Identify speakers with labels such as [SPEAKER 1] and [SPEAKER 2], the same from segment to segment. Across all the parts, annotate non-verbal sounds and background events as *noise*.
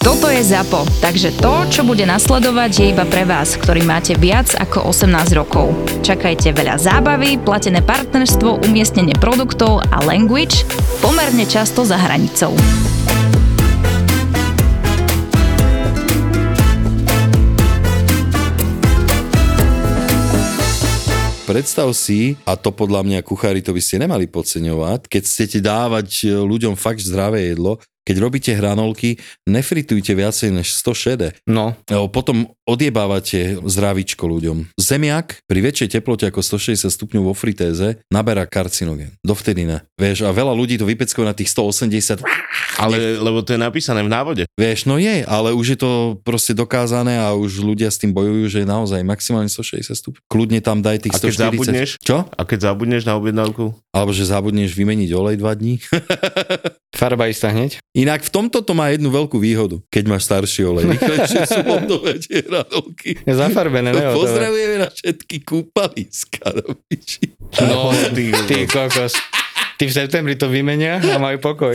[SPEAKER 1] Toto je ZAPO, takže to, čo bude nasledovať, je iba pre vás, ktorý máte viac ako 18 rokov. Čakajte veľa zábavy, platené partnerstvo, umiestnenie produktov a language pomerne často za hranicou.
[SPEAKER 2] Predstav si, a to podľa mňa kuchári to by ste nemali podceňovať, keď chcete dávať e, ľuďom fakt zdravé jedlo, keď robíte hranolky, nefritujte viacej než 100 šede.
[SPEAKER 3] No,
[SPEAKER 2] Lebo potom odjebávate zdravičko ľuďom. Zemiak pri väčšej teplote ako 160 stupňov vo fritéze naberá karcinogen. Dovtedy ne. Vieš, a veľa ľudí to vypeckuje na tých 180.
[SPEAKER 3] ale lebo to je napísané v návode.
[SPEAKER 2] Vieš, no je, ale už je to proste dokázané a už ľudia s tým bojujú, že je naozaj maximálne 160 stupňov. Kľudne tam daj tých
[SPEAKER 3] A keď
[SPEAKER 2] 140.
[SPEAKER 3] zabudneš?
[SPEAKER 2] Čo?
[SPEAKER 3] A keď zabudneš na objednávku?
[SPEAKER 2] Alebo že zabudneš vymeniť olej dva dní. *laughs*
[SPEAKER 4] Farba istá hneď.
[SPEAKER 2] Inak v tomto to má jednu veľkú výhodu, keď máš starší olej. Rýchlejšie
[SPEAKER 3] *laughs*
[SPEAKER 2] sú hotové tie hranolky.
[SPEAKER 4] Je zafarbené, ne? hotové.
[SPEAKER 2] Pozdravujeme na všetky kúpaliska. *laughs* do piči.
[SPEAKER 4] No,
[SPEAKER 2] *laughs*
[SPEAKER 3] Ty-
[SPEAKER 4] ty kokos. Ty v septembri to vymenia a majú pokoj.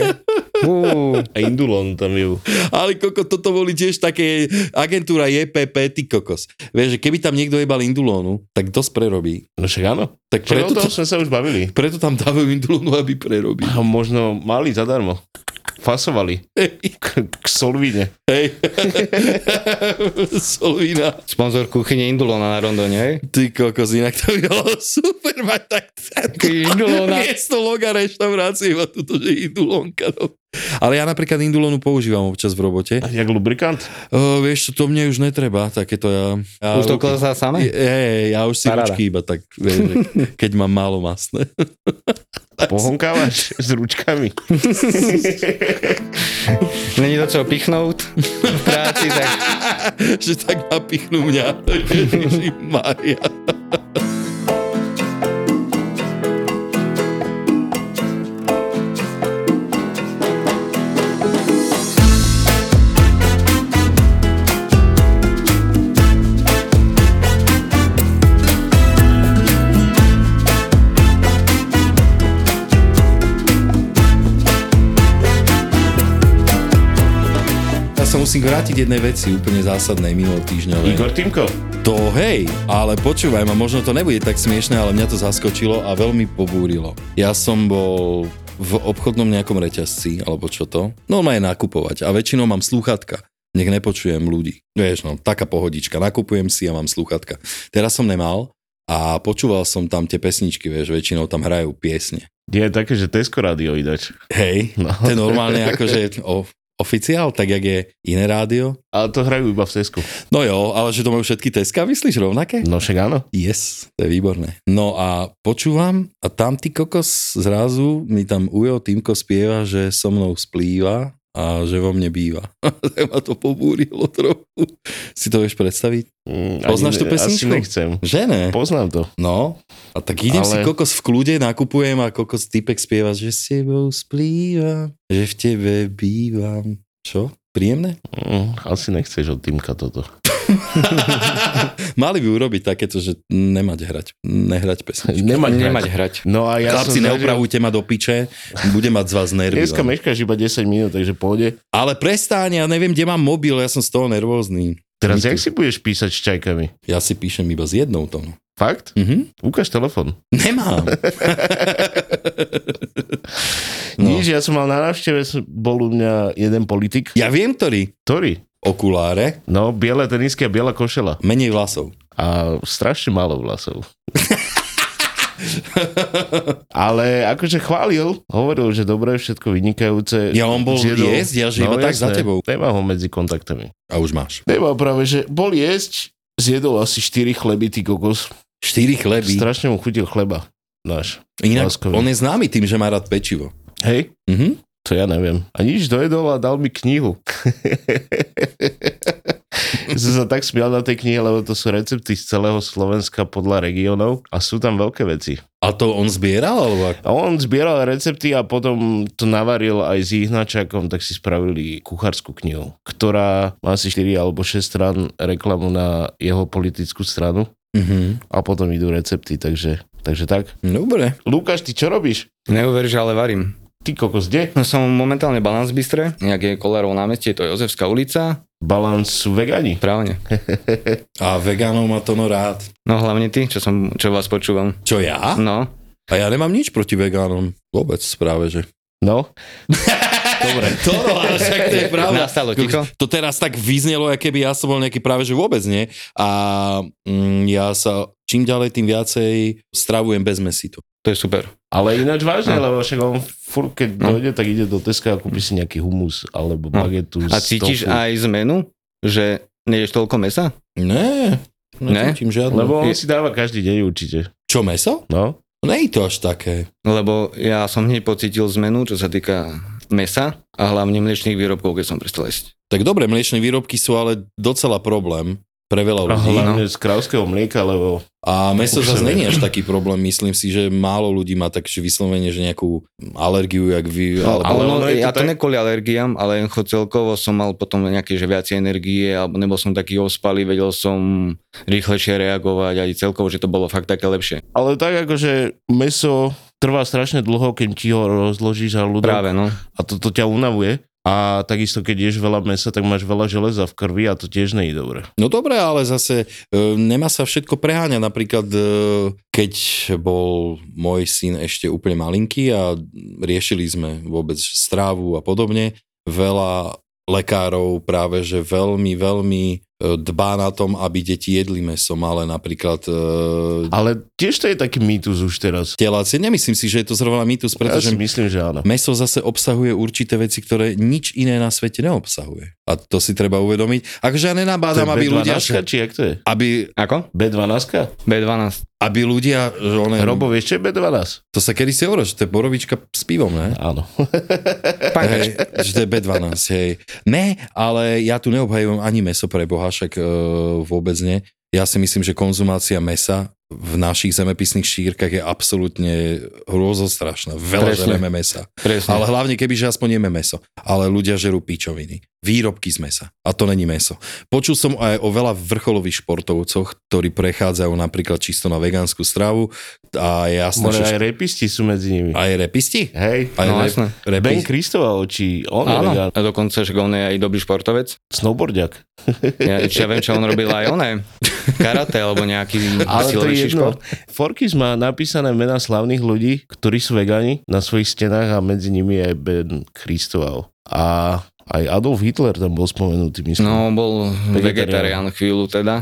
[SPEAKER 4] Uú,
[SPEAKER 3] A indulon tam ju.
[SPEAKER 2] Ale koko, toto boli tiež také agentúra JPP, ty kokos. Vieš, že keby tam niekto jebal indulónu, tak dosť prerobí.
[SPEAKER 3] No však áno.
[SPEAKER 2] Tak
[SPEAKER 3] Však o
[SPEAKER 2] preto,
[SPEAKER 3] tom
[SPEAKER 2] to,
[SPEAKER 3] sme sa už bavili.
[SPEAKER 2] preto tam dávajú indulónu, aby
[SPEAKER 3] *laughs*
[SPEAKER 2] prerobil.
[SPEAKER 3] A možno mali zadarmo. Fasovali. K, k solvine.
[SPEAKER 2] Hej. Solvina.
[SPEAKER 4] sponzor kuchyne Indulona na Rondone, hej?
[SPEAKER 2] Ty kokos, inak to by bolo super mať tak No,
[SPEAKER 4] Indulona.
[SPEAKER 2] miesto loga reštaurácie iba tuto, že indulónka. No. Ale ja napríklad indulónu používam občas v robote.
[SPEAKER 3] A Jak lubrikant.
[SPEAKER 2] Uh, vieš čo, to mne už netreba, takéto ja... ja
[SPEAKER 4] Už to klesá
[SPEAKER 2] Je,
[SPEAKER 4] samé?
[SPEAKER 2] je, ja už si
[SPEAKER 4] Paráda.
[SPEAKER 2] ručky iba tak, vieš, *laughs* že keď mám málo masné. *laughs*
[SPEAKER 3] Pohonkávaš s ručkami.
[SPEAKER 4] Není do čoho pichnúť v práci, tak
[SPEAKER 2] že tak napichnú mňa. *laughs* Ježiši Maria. Ja sa musím vrátiť jednej veci úplne zásadnej minulý týždňovej.
[SPEAKER 3] Igor Timko.
[SPEAKER 2] To hej, ale počúvaj ma, možno to nebude tak smiešne, ale mňa to zaskočilo a veľmi pobúrilo. Ja som bol v obchodnom nejakom reťazci, alebo čo to, No, normálne nakupovať a väčšinou mám slúchatka. Nech nepočujem ľudí. Vieš, no, taká pohodička. Nakupujem si a mám slúchatka. Teraz som nemal a počúval som tam tie pesničky, vieš, väčšinou tam hrajú piesne.
[SPEAKER 3] Je také, že Tesco rádio idač.
[SPEAKER 2] Hej,
[SPEAKER 3] No.
[SPEAKER 2] to je normálne akože o, oficiál, tak jak je iné rádio.
[SPEAKER 3] Ale to hrajú iba v Tesku.
[SPEAKER 2] No jo, ale že to majú všetky Teska, myslíš rovnaké?
[SPEAKER 3] No však áno.
[SPEAKER 2] Yes, to je výborné. No a počúvam a tam ty kokos zrazu mi tam Ujo Týmko spieva, že so mnou splýva a že vo mne býva. *laughs* Tak ma to pobúrilo trochu. Si to vieš predstaviť?
[SPEAKER 3] Mm,
[SPEAKER 2] Poznáš
[SPEAKER 3] ani-
[SPEAKER 2] tú pesničku?
[SPEAKER 3] Asi nechcem.
[SPEAKER 2] Že ne?
[SPEAKER 3] Poznám to.
[SPEAKER 2] No, a tak idem
[SPEAKER 3] Ale-
[SPEAKER 2] si kokos v kľude, nakupujem a kokos typek spieva, že s tebou splývam, že v tebe bývam. Čo? Príjemné?
[SPEAKER 3] Mm, asi nechceš od Timka toto.
[SPEAKER 2] Mali by urobiť takéto, že nemať hrať, nehrať pesničku.
[SPEAKER 3] Nemať,
[SPEAKER 4] nemať hrať.
[SPEAKER 3] No a ja
[SPEAKER 2] Chlapci,
[SPEAKER 3] som
[SPEAKER 2] neopravujte ma do piče, budem mať z vás nervy.
[SPEAKER 3] Dneska
[SPEAKER 2] len.
[SPEAKER 3] meškáš iba 10 minút, takže pôjde.
[SPEAKER 2] Ale prestáň, ja neviem, kde mám mobil, ja som z toho nervózny.
[SPEAKER 3] Teraz
[SPEAKER 2] My
[SPEAKER 3] jak si budeš písať s čajkami?
[SPEAKER 2] Ja si píšem iba s jednou tónou.
[SPEAKER 3] Fakt?
[SPEAKER 2] Mhm.
[SPEAKER 3] Ukáž telefon.
[SPEAKER 2] Nemám.
[SPEAKER 3] No.
[SPEAKER 2] no.
[SPEAKER 3] Nič, ja som mal na návšteve, s- bol u mňa jeden politik.
[SPEAKER 2] Ja viem, ktorý.
[SPEAKER 3] Ktorý?
[SPEAKER 2] Okuláre,
[SPEAKER 3] No, biele tenisky a biela košela.
[SPEAKER 2] menej vlasov.
[SPEAKER 3] A strašne málo vlasov. *laughs* Ale akože chválil, hovoril, že dobré, všetko vynikajúce.
[SPEAKER 2] Ja on bol
[SPEAKER 3] Zjedol-
[SPEAKER 2] jesť, ja že
[SPEAKER 3] No,
[SPEAKER 2] iba tak za tebou.
[SPEAKER 3] Nemá ho medzi kontaktami.
[SPEAKER 2] A už máš.
[SPEAKER 3] Nemá práve, že bol jesť, zjedol asi 4 chleby, ty kokos.
[SPEAKER 2] Štyri chleby.
[SPEAKER 3] Strašne mu chutil chleba náš.
[SPEAKER 2] Inak
[SPEAKER 3] láskový.
[SPEAKER 2] on je známy tým, že má rád pečivo.
[SPEAKER 3] Hej,
[SPEAKER 2] Mhm.
[SPEAKER 3] to ja neviem. A nič dojedol a dal mi knihu. *laughs* som sa tak smial na tej knihe, lebo to sú recepty z celého Slovenska podľa regiónov a sú tam veľké veci.
[SPEAKER 2] A to on zbieral, alebo ako?
[SPEAKER 3] A on zbieral recepty a potom to navaril aj s ihnačakom, tak si spravili kuchárskú knihu, ktorá má asi 4 alebo 6 strán reklamu na jeho politickú stranu
[SPEAKER 2] Mhm.
[SPEAKER 3] a potom idú recepty, takže, takže tak.
[SPEAKER 2] Dobre.
[SPEAKER 3] Lukáš, ty čo robíš?
[SPEAKER 4] Neuveríš, ale varím.
[SPEAKER 3] Ty kokos, kde?
[SPEAKER 4] No som momentálne balans bystre, nejaké Kolárov námestie, je to Jozefská ulica,
[SPEAKER 3] Balans sú vegani.
[SPEAKER 4] správne.
[SPEAKER 2] A vegánov má to no rád.
[SPEAKER 4] No hlavne ty, čo, som, čo vás počúvam.
[SPEAKER 2] Čo ja?
[SPEAKER 4] No,
[SPEAKER 2] A ja nemám nič proti vegánom. Vôbec práve, že.
[SPEAKER 3] No,
[SPEAKER 2] *laughs* Dobre. To, no, ale však to je pravda.
[SPEAKER 4] Nastalo ticho.
[SPEAKER 2] To teraz tak vyznelo, aké by ja som bol nejaký práve, že vôbec nie. A mm, ja sa čím ďalej, tým viacej stravujem bez mesito.
[SPEAKER 4] to je super.
[SPEAKER 3] ale ináč vážne, lebo však on furt, keď dojde, tak ide do Teska a kúpi si nejaký humus alebo
[SPEAKER 4] No.
[SPEAKER 3] bagetu.
[SPEAKER 4] A
[SPEAKER 3] z
[SPEAKER 4] cítiš
[SPEAKER 3] tofu.
[SPEAKER 4] aj zmenu, že neješ toľko mesa?
[SPEAKER 2] Ne, necítim žiadne.
[SPEAKER 3] Lebo on
[SPEAKER 4] Je-
[SPEAKER 3] si dáva každý deň určite.
[SPEAKER 2] Čo, meso?
[SPEAKER 3] No,
[SPEAKER 2] Nie je to až také.
[SPEAKER 4] Lebo ja som hneď pocítil zmenu, čo sa týka mesa a hlavne mliečných výrobkov, keď som prestal jesť.
[SPEAKER 2] Tak dobre, mliečne výrobky sú ale docela problém pre veľa
[SPEAKER 3] a
[SPEAKER 2] ľudí.
[SPEAKER 4] no.
[SPEAKER 3] hlavne z krávského mlieka, lebo
[SPEAKER 2] A meso
[SPEAKER 3] Už
[SPEAKER 2] zase
[SPEAKER 3] sa
[SPEAKER 2] není až taký problém, myslím si, že málo ľudí má tak, že vyslovene, že nejakú alergiu, jak vy,
[SPEAKER 4] No,
[SPEAKER 2] alebo
[SPEAKER 4] ale
[SPEAKER 3] ale
[SPEAKER 4] no,
[SPEAKER 3] ono je to
[SPEAKER 4] ja to
[SPEAKER 3] tak-
[SPEAKER 4] ne kvôli alergiám, ale len cho- celkovo som mal potom nejaké že viacej energie, alebo nebol som taký ospalý, vedel som rýchlejšie reagovať aj celkovo, že to bolo fakt také lepšie.
[SPEAKER 3] Ale tak akože meso trvá strašne dlho, keď ti ho rozložíš a ľudok
[SPEAKER 4] Práve, no.
[SPEAKER 3] a toto ťa unavuje. A takisto, keď ješ veľa mesa, tak máš veľa železa v krvi a to tiež nie je dobre.
[SPEAKER 2] No dobre, ale zase e, nemá sa všetko preháňať. Napríklad, e, keď bol môj syn ešte úplne malinký a riešili sme vôbec strávu a podobne, veľa lekárov práve, že veľmi, veľmi e, dbá na tom, aby deti jedli meso, ale napríklad e,
[SPEAKER 3] Ale tiež to je taký mýtus už teraz.
[SPEAKER 2] telácie. Nemyslím si, že je to zrovna mýtus,
[SPEAKER 3] Ja
[SPEAKER 2] pretože
[SPEAKER 3] si myslím, že áno.
[SPEAKER 2] Meso zase obsahuje určité veci, ktoré nič iné na svete neobsahuje. A to si treba uvedomiť. Akože ja nenabádam, aby ľudia,
[SPEAKER 3] B12, či jak to je?
[SPEAKER 2] aby,
[SPEAKER 4] Ako?
[SPEAKER 3] B12?
[SPEAKER 4] B12.
[SPEAKER 2] aby ľudia, že
[SPEAKER 4] Mm.
[SPEAKER 2] one,
[SPEAKER 3] Robo, vieš, čo je B12?
[SPEAKER 2] to sa kedy si hovorilo, že to je borovička s pivom, ne?
[SPEAKER 3] Áno.
[SPEAKER 4] Pankač.
[SPEAKER 2] Hej, *laughs* že to je B12, hej. Ne, ale ja tu neobhajujem ani meso pre Boha, však e, vôbec nie. Ja si myslím, že konzumácia mesa v našich zemepisných šírkach je absolútne hrôzostrašná. Veľa
[SPEAKER 4] Presne.
[SPEAKER 2] žereme mesa.
[SPEAKER 4] Presne.
[SPEAKER 2] Ale hlavne keby, že aspoň jeme meso. Ale ľudia žerú pičoviny. Výrobky z mesa. A to není meso. Počul som aj o veľa vrcholových športovcoch, ktorí prechádzajú napríklad čisto na vegánsku stravu. A jasné,
[SPEAKER 3] More
[SPEAKER 2] že...
[SPEAKER 3] aj repisti sú medzi nimi.
[SPEAKER 2] Aj repisti?
[SPEAKER 3] Hej.
[SPEAKER 2] Aj
[SPEAKER 4] No
[SPEAKER 2] rep-
[SPEAKER 4] jasné.
[SPEAKER 2] repisti.
[SPEAKER 3] Ben Kristoval, či on je
[SPEAKER 4] Áno,
[SPEAKER 3] vegán.
[SPEAKER 4] a dokonca, že on je aj dobrý športovec.
[SPEAKER 3] Snowboardiak.
[SPEAKER 4] Ja, čo ja viem, čo on robil aj oné. Karate alebo nejaký
[SPEAKER 3] Ale to je
[SPEAKER 4] silovejší
[SPEAKER 3] jedno.
[SPEAKER 4] šport.
[SPEAKER 3] Forkis má napísané mená slavných ľudí, ktorí sú vegani na svojich stenách a medzi nimi je aj Ben Christoval. A aj Adolf Hitler tam bol spomenutý, myslím, no.
[SPEAKER 4] No, bol
[SPEAKER 3] Vegetarián.
[SPEAKER 4] vegetarián chvíľu teda.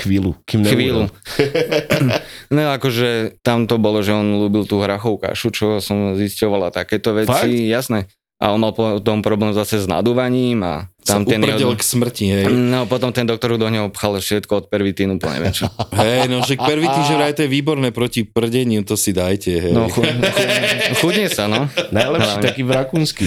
[SPEAKER 3] chvíľu. Kým
[SPEAKER 4] Chvíľu.
[SPEAKER 3] nebol.
[SPEAKER 4] *laughs* No akože tam to bolo, že on ľúbil tú hrachovú kašu, čo som zisťoval a takéto veci,
[SPEAKER 3] Fakt?
[SPEAKER 4] jasné. A on mal potom problém zase s nadúvaním a tam
[SPEAKER 2] Sa
[SPEAKER 4] ten...
[SPEAKER 2] uprdel k smrti, hej.
[SPEAKER 4] No potom ten doktor do neho pchal všetko od pervitínu, po neviem čo.
[SPEAKER 2] Hej, no že pervitín, že vraj to je výborné proti prdeniu, to si dajte, hej. *laughs*
[SPEAKER 4] No, chu- chu- chudne sa, no.
[SPEAKER 3] Najlepší
[SPEAKER 4] Hlavne.
[SPEAKER 3] taký v Rakúnsky.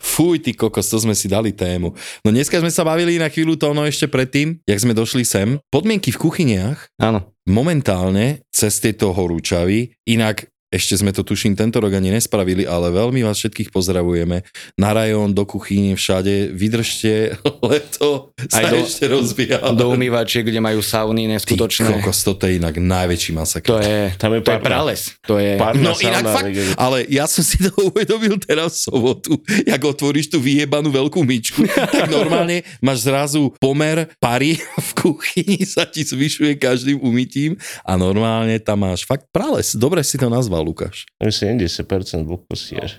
[SPEAKER 2] Fuj, ty kokos, to sme si dali tému. No dneska sme sa bavili na chvíľu to ono ešte predtým, jak sme došli sem. Podmienky v kuchyniach
[SPEAKER 4] Áno.
[SPEAKER 2] momentálne cez tieto horúčavy, inak ešte sme to tuším tento rok ani nespravili, ale veľmi vás všetkých pozdravujeme. Na rajón, do kuchyne, všade. Vydržte, *laughs* leto sa
[SPEAKER 4] Aj do-
[SPEAKER 2] ešte rozbíja.
[SPEAKER 4] Do umývačiek, kde majú sauny
[SPEAKER 2] Ty
[SPEAKER 4] neskutočné.
[SPEAKER 2] kokos, toto je inak najväčší masakr.
[SPEAKER 4] To je,
[SPEAKER 3] Tam je
[SPEAKER 4] to je
[SPEAKER 2] *laughs*
[SPEAKER 3] párna.
[SPEAKER 4] prales. To je...
[SPEAKER 3] Párna
[SPEAKER 2] No inak
[SPEAKER 3] sauna,
[SPEAKER 2] fakt,
[SPEAKER 3] vegani.
[SPEAKER 2] ale ja som si to *laughs* uvedomil teraz v sobotu, jak otvoríš tú vyjebanú veľkú
[SPEAKER 4] *laughs*
[SPEAKER 2] myčku, tak normálne máš zrazu pomer pary v kuchyni, sa ti zvyšuje každým umytím a normálne tam máš fakt prales. Dobre si to nazval, Lukáš.
[SPEAKER 3] Tam je 70% vlhkosti až.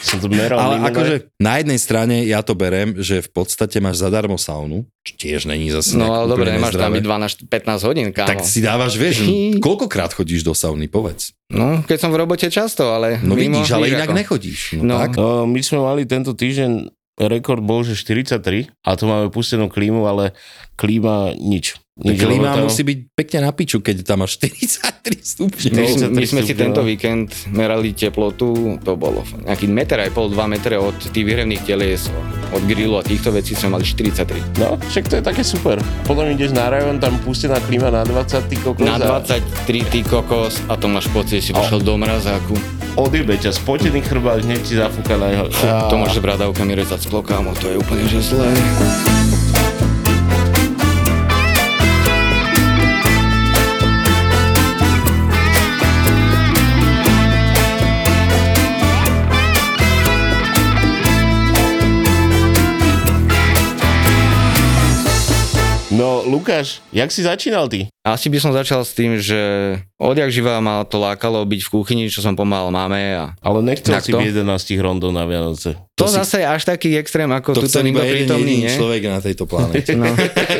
[SPEAKER 3] Som to meral.
[SPEAKER 2] Ale
[SPEAKER 3] minule.
[SPEAKER 2] akože na jednej strane ja to berem, že v podstate máš zadarmo saunu, čo tiež není zase nejak
[SPEAKER 4] No ale
[SPEAKER 2] úplne
[SPEAKER 4] dobre, nemáš tam
[SPEAKER 2] nezdravé.
[SPEAKER 4] byť 12, 15 hodín, kámo.
[SPEAKER 2] Tak si dávaš, vieš, koľkokrát chodíš do sauny, povedz.
[SPEAKER 4] No, keď som v robote často, ale...
[SPEAKER 2] No
[SPEAKER 4] mimo,
[SPEAKER 2] vidíš, ale inak
[SPEAKER 4] ako.
[SPEAKER 2] nechodíš. No,
[SPEAKER 4] No.
[SPEAKER 2] tak.
[SPEAKER 3] No, my sme mali tento týždeň rekord bol, že 43 a to máme pustenú klímu, ale klíma nič. nič lebo
[SPEAKER 2] Klíma
[SPEAKER 3] tam-
[SPEAKER 2] musí byť pekne na piču, keď tam máš *laughs* 43 stupňov.
[SPEAKER 4] My,
[SPEAKER 3] No,
[SPEAKER 4] sme- my
[SPEAKER 3] 43
[SPEAKER 4] sme si
[SPEAKER 3] stupňov.
[SPEAKER 4] tento víkend merali teplotu, to bolo nejaký meter aj pol, dva metre od tých výhrevných telies, od grillu a týchto vecí sme mali 43.
[SPEAKER 3] No, však to je také super. Potom ideš na rajon, tam pustená klíma na 20, ty kokos.
[SPEAKER 4] Na
[SPEAKER 3] a
[SPEAKER 4] 23 ty kokos a to máš pocit, že si došiel do mrazáku.
[SPEAKER 3] Odjebe ťa, spotený chrbát, hneď ti zafúka na jeho. *laughs*
[SPEAKER 4] To môže bradavkami rezať s plokámo, to je úplne že zlé.
[SPEAKER 3] No, Lukáš, jak si začínal ty?
[SPEAKER 4] Asi by som začal s tým, že odjak živá ma to lákalo byť v kuchyni, čo som pomáhal mame a
[SPEAKER 3] Ale nechcel si
[SPEAKER 4] Takto?
[SPEAKER 3] v 11 rondov na Vianoce.
[SPEAKER 4] to, to
[SPEAKER 2] si-
[SPEAKER 4] zase až taký extrém, ako
[SPEAKER 2] To
[SPEAKER 4] tu
[SPEAKER 2] chcel
[SPEAKER 4] nikto
[SPEAKER 2] iba jeden
[SPEAKER 4] prítomný,
[SPEAKER 2] jediný
[SPEAKER 4] nie?
[SPEAKER 2] človek na tejto
[SPEAKER 4] *laughs*
[SPEAKER 2] planete.
[SPEAKER 4] No,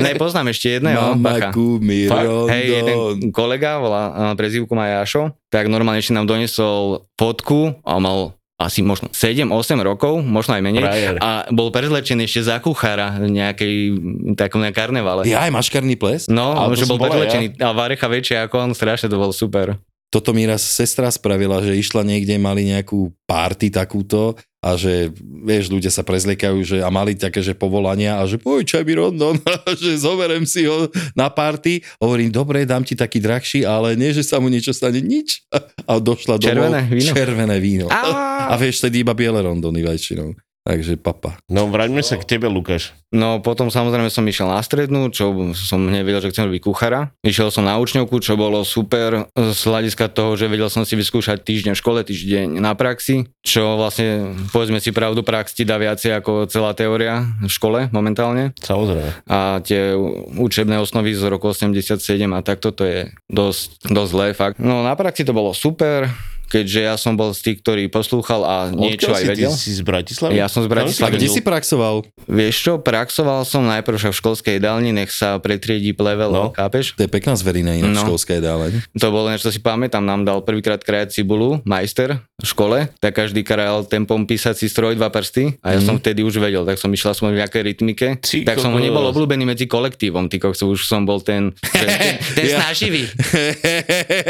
[SPEAKER 4] nepoznám ešte jedného, bacha.
[SPEAKER 2] Mamaku Mirondo.
[SPEAKER 4] Hej, jeden kolega, volá a prezývku má Jašo, tak normálne ešte nám donesol fotku a mal asi možno 7-8 rokov, možno aj menej.
[SPEAKER 3] Frajer.
[SPEAKER 4] A bol prezlečený ešte za kuchára v nejakej m, takom na karnevale.
[SPEAKER 2] Ja aj maškarný ples?
[SPEAKER 4] No,
[SPEAKER 3] Ale to
[SPEAKER 4] že
[SPEAKER 3] som
[SPEAKER 4] bol
[SPEAKER 3] bola
[SPEAKER 4] prezlečený a varecha väčšia ako on, strašne to bol super.
[SPEAKER 2] Toto mi raz sestra spravila, že išla niekde, mali nejakú party takúto a že, vieš, ľudia sa prezliekajú že, a mali také, že povolania a že poj, čaj mi Rondon, *laughs* že zoberem si ho na party. Hovorím, dobre, dám ti taký drahší, ale nie, že sa mu niečo stane, nič. A došla domov.
[SPEAKER 4] Červené víno.
[SPEAKER 2] Červené víno. A
[SPEAKER 4] Á!
[SPEAKER 2] vieš, tedy iba biele Rondony väčšinou. Takže papa.
[SPEAKER 3] No, vraťme sa k tebe, Lukáš.
[SPEAKER 4] No potom samozrejme som išiel na strednú, čo som nevedel, že chcem robiť kuchára. Išiel som na učňovku, čo bolo super z hľadiska toho, že vedel som si vyskúšať týždeň v škole, týždeň na praxi, čo vlastne, povedzme si pravdu, prax ti dá viacej ako celá teória v škole momentálne.
[SPEAKER 3] Samozrejme.
[SPEAKER 4] A tie u- učebné osnovy z roku 87 a takto to je dosť, dosť zlé fakt. No na praxi to bolo super, keďže ja som bol z tých, ktorý poslúchal a niečo
[SPEAKER 3] Odkiaľ
[SPEAKER 4] aj
[SPEAKER 3] si, ty
[SPEAKER 4] vedel.
[SPEAKER 3] si z Bratislavy?
[SPEAKER 4] Ja som z
[SPEAKER 2] A
[SPEAKER 4] Bratislavy.
[SPEAKER 2] kde
[SPEAKER 4] *laughs*
[SPEAKER 2] si praxoval?
[SPEAKER 4] Vieš čo, praxoval som najprv však v školskej jedálni, nech sa pretriedí plevel,
[SPEAKER 3] No.
[SPEAKER 4] no. chápeš?
[SPEAKER 2] To je pekná zverina inak
[SPEAKER 4] No.
[SPEAKER 2] no. školská jedáleň.
[SPEAKER 4] To bolo niečo, čo si pamätám, nám dal prvýkrát krajať cibulu, majster v škole, tak každý krajal tempom písací stroj, dva prsty a ja
[SPEAKER 2] Mhm.
[SPEAKER 4] som vtedy už vedel, tak som išla som v nejakej rytmike,
[SPEAKER 3] Ty
[SPEAKER 4] tak som
[SPEAKER 3] kokos.
[SPEAKER 4] nebol obľúbený medzi kolektívom, ty kokso, už som bol
[SPEAKER 2] *laughs*
[SPEAKER 4] ten, ten, ten, ten
[SPEAKER 2] Ja.
[SPEAKER 4] snaživý.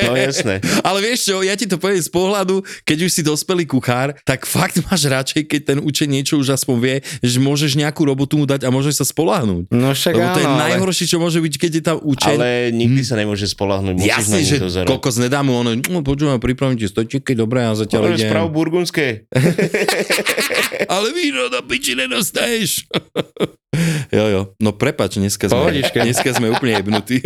[SPEAKER 3] No, jasné.
[SPEAKER 2] Ale vieš čo, ja ti to poviem z pohľadu, keď už si dospelý kuchár, tak fakt máš radšej, keď ten učen niečo už aspoň vie, že môžeš nejakú robotu mu dať a môžeš sa spolahnuť.
[SPEAKER 4] No však
[SPEAKER 2] Lebo to je
[SPEAKER 4] áno, ale-
[SPEAKER 2] najhoršie, čo môže byť, keď je tam učen.
[SPEAKER 3] Ale nikdy sa nemôže spolahnuť. Musíš
[SPEAKER 2] Jasne,
[SPEAKER 3] na
[SPEAKER 2] Hm. že
[SPEAKER 3] že dozerať.
[SPEAKER 2] kokos nedá mu ono, no, počúvam, pripravím ti stočíky, dobre, ja
[SPEAKER 3] To
[SPEAKER 2] zatiaľ
[SPEAKER 3] je
[SPEAKER 2] idem.
[SPEAKER 3] správ burgundské.
[SPEAKER 2] Ale víno do piči nedostaneš. *laughs* jo, jo, no prepač, dneska sme,
[SPEAKER 4] Pohodičke.
[SPEAKER 2] *laughs* dneska sme úplne jebnutí.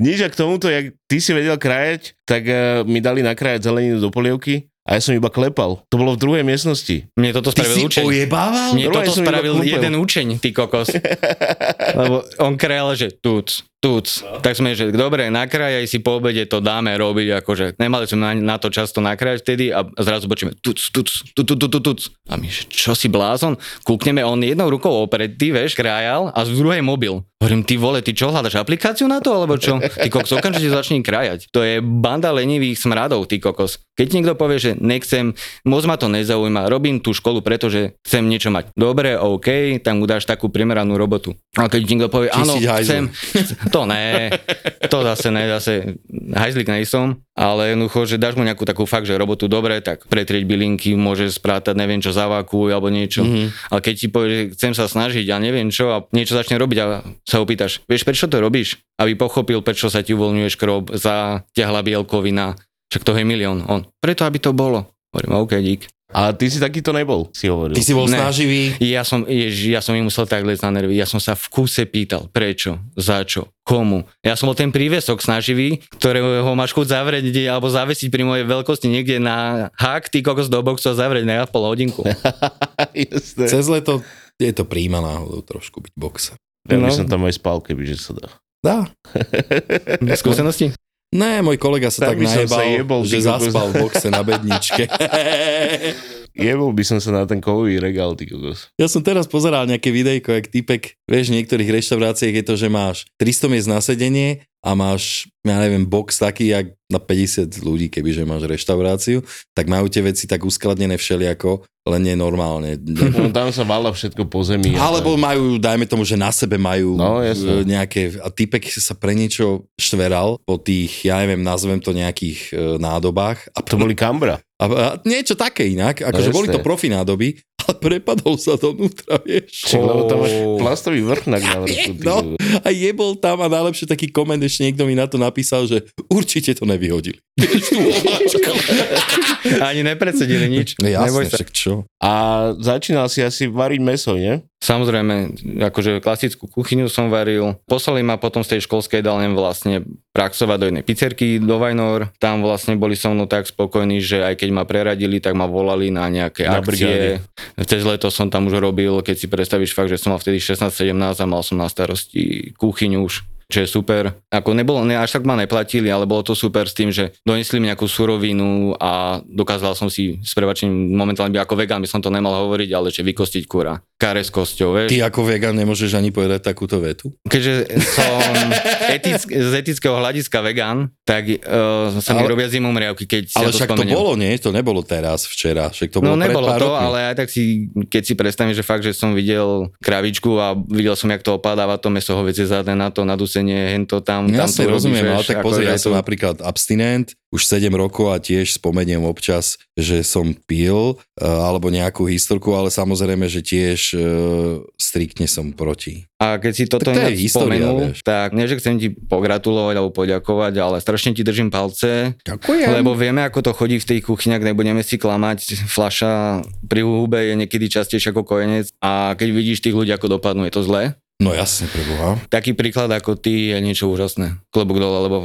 [SPEAKER 3] Nič a k tomuto, jak ty si vedel krajať, tak eh, mi dali nakrájať zeleninu do polievky a ja som iba klepal. To bolo v druhej miestnosti.
[SPEAKER 4] Mne toto
[SPEAKER 2] Ty si
[SPEAKER 4] spravil učeň.
[SPEAKER 2] ojebával?
[SPEAKER 4] Mne
[SPEAKER 3] Normálne
[SPEAKER 4] toto
[SPEAKER 3] som iba
[SPEAKER 4] spravil
[SPEAKER 3] kúpil.
[SPEAKER 4] jeden učeň, ty
[SPEAKER 3] *laughs*
[SPEAKER 4] kokos. Lebo on krajal, že tuc, tuc. Tak sme, že dobre, nakrajaj si po obede, to dáme robiť, akože nemali sme na, na to často nakrajať vtedy a zrazu počujeme tuc, tuc, tuc, tuc, tuc, tuc. A my, že čo si blázon? Kúkneme, on jednou rukou opred, ty vieš, krajal a z druhej mobil. Hovorím, ty vole, ty čo hľadaš, aplikáciu na to, alebo čo? Ty kokos, okamžite začni krajať. To je banda lenivých smradov, ty kokos. Keď niekto povie, že nechcem, moc ma to nezaujíma, robím tú školu, pretože chcem niečo mať. Dobre, OK, tam mu dáš takú primeranú robotu. A keď niekto povie,
[SPEAKER 2] Či
[SPEAKER 4] áno,
[SPEAKER 2] si hajzl."
[SPEAKER 4] chcem, to ne, to zase ne, zase hajzlik nejsom, ale jednoducho, že dáš mu nejakú takú fakt, že robotu dobre, tak pretrieť bylinky, môže sprátať, neviem čo, zavakuj alebo niečo. Mm-hmm. Ale keď ti povie, že chcem sa snažiť a neviem čo a niečo začne robiť a sa ho pýtaš, vieš, prečo to robíš? Aby pochopil, prečo sa ti uvoľňuje škrob, zaťahla bielkovina, však toho je milión. On, preto, aby to bolo. Hovorím, OK, dík.
[SPEAKER 3] A ty si takýto nebol, si hovoril.
[SPEAKER 2] Ty
[SPEAKER 3] *laughs*
[SPEAKER 2] si bol
[SPEAKER 4] Ne.
[SPEAKER 2] snaživý.
[SPEAKER 4] Ja som, ježi, ja som im musel tak liecť na nervy. Ja som sa v kúse pýtal, prečo, za čo, komu. Ja som bol ten prívesok snaživý, ktorého máš chuť zavrieť kde- alebo zavesiť pri mojej veľkosti niekde na hák, ty kokos do boxu a zavrieť na pol hodinku.
[SPEAKER 3] Jasné.
[SPEAKER 2] Cez leto je to príjma náhodou trošku byť boxer.
[SPEAKER 3] Ja by
[SPEAKER 4] No.
[SPEAKER 3] som tam aj spal, kebyže sa dá.
[SPEAKER 2] Dá.
[SPEAKER 4] Skúsenosti?
[SPEAKER 2] Ne, môj kolega sa
[SPEAKER 3] Tak
[SPEAKER 2] tak,
[SPEAKER 3] by som
[SPEAKER 2] najebal,
[SPEAKER 3] sa jebol,
[SPEAKER 2] že
[SPEAKER 3] ty kokos.
[SPEAKER 2] zaspal v boxe na bedničke. *laughs*
[SPEAKER 3] Jebol by som sa na ten kovový regál, ty kokos.
[SPEAKER 2] ja som teraz pozeral nejaké videjko, jak typek, vieš, v niektorých reštauráciách je to, že máš 300 miest na sedenie a máš, ja neviem, box taký, jak na 50 ľudí, kebyže máš reštauráciu, tak majú tie veci tak uskladnené všelijako, len
[SPEAKER 3] *laughs*
[SPEAKER 2] nenormálne.
[SPEAKER 3] No, tam sa vala všetko po zemi. a
[SPEAKER 2] Alebo
[SPEAKER 3] tak.
[SPEAKER 2] majú, dajme tomu, že na sebe majú
[SPEAKER 3] No, jasné.
[SPEAKER 2] e, nejaké, a typek sa pre niečo štveral po tých, ja neviem, nazvem to nejakých e, nádobách. A,
[SPEAKER 3] To boli kambra.
[SPEAKER 2] a, a niečo také inak,
[SPEAKER 4] No
[SPEAKER 2] akože
[SPEAKER 3] jasné.
[SPEAKER 2] boli to profi nádoby, ale prepadol sa donútra, vieš.
[SPEAKER 3] Však, lebo tam máš
[SPEAKER 4] Oh.
[SPEAKER 3] plastový vrchnak na vrchu. ty
[SPEAKER 2] No.
[SPEAKER 3] kokos.
[SPEAKER 2] A jebol tam a najlepšie taký koment, ešte niekto mi na to napísal, že určite to nevyhodili.
[SPEAKER 4] Ani nepredsedili nič.
[SPEAKER 2] No jasne,
[SPEAKER 4] Neboj sa.
[SPEAKER 2] No však čo?
[SPEAKER 3] A začínal si asi variť meso, nie?
[SPEAKER 4] Samozrejme, akože klasickú kuchyňu som varil. Poslali ma potom z tej školskej jedálne vlastne praxovať do jednej pizzerky, do Vajnor. Tam vlastne boli so mnou tak spokojní, že aj keď ma preradili, tak ma volali na nejaké
[SPEAKER 3] Na
[SPEAKER 4] akcie. Cez leto som tam už robil, keď si predstavíš fakt, že som mal vtedy 16-17 a mal som na starosti kuchyňu už čo je super. Ako nebolo, ne, až tak ma neplatili, ale bolo to super s tým, že donesli mi nejakú surovinu a dokázal som si s prebačením momentálne by ako vegan by som to nemal hovoriť, ale že vykostiť kura. Kare s kosťou, vieš.
[SPEAKER 2] Ty ako vegan nemôžeš ani povedať takúto vetu?
[SPEAKER 4] Keďže som *laughs* etick, z etického hľadiska vegan, tak uh, sa mi
[SPEAKER 2] Ale-
[SPEAKER 4] robia zimom riavky, keď si
[SPEAKER 2] Ale
[SPEAKER 4] na to
[SPEAKER 2] však to
[SPEAKER 4] spomeniem.
[SPEAKER 2] bolo, nie? To nebolo teraz, včera. Však to
[SPEAKER 4] No
[SPEAKER 2] bolo
[SPEAKER 4] nebolo
[SPEAKER 2] pred pár
[SPEAKER 4] to,
[SPEAKER 2] rokmi.
[SPEAKER 4] ale aj tak si, keď si predstavím, že fakt, že som videl kravičku a videl som, jak to opadáva to meso hovedzie zadné na to, na dusenie, hento tam,
[SPEAKER 2] Ja
[SPEAKER 4] tam
[SPEAKER 2] si
[SPEAKER 4] to robíš,
[SPEAKER 2] No rozumiem, ale
[SPEAKER 4] vieš,
[SPEAKER 2] tak
[SPEAKER 4] ako
[SPEAKER 2] pozri,
[SPEAKER 4] je
[SPEAKER 2] ja som
[SPEAKER 4] to-
[SPEAKER 2] napríklad abstinent, už 7 rokov a tiež spomeniem občas, že som pil eh, alebo nejakú historku, ale samozrejme, že tiež eh, striktne som proti.
[SPEAKER 4] A keď si toto
[SPEAKER 2] Tak to je
[SPEAKER 4] inak
[SPEAKER 2] história,
[SPEAKER 4] spomenul,
[SPEAKER 2] vieš.
[SPEAKER 4] tak nie, že chcem ti pogratulovať alebo poďakovať, ale strašne ti držím palce,
[SPEAKER 2] Ďakujem.
[SPEAKER 4] lebo vieme, ako to chodí v tej kuchyni, ak nebudeme si klamať. Flaša pri hube je niekedy častejšia ako kojenec a keď vidíš tých ľudí, ako dopadnú, je to zlé.
[SPEAKER 2] No jasne, preboha.
[SPEAKER 4] Taký príklad ako ty je niečo úžasné. Klobúk dole, lebo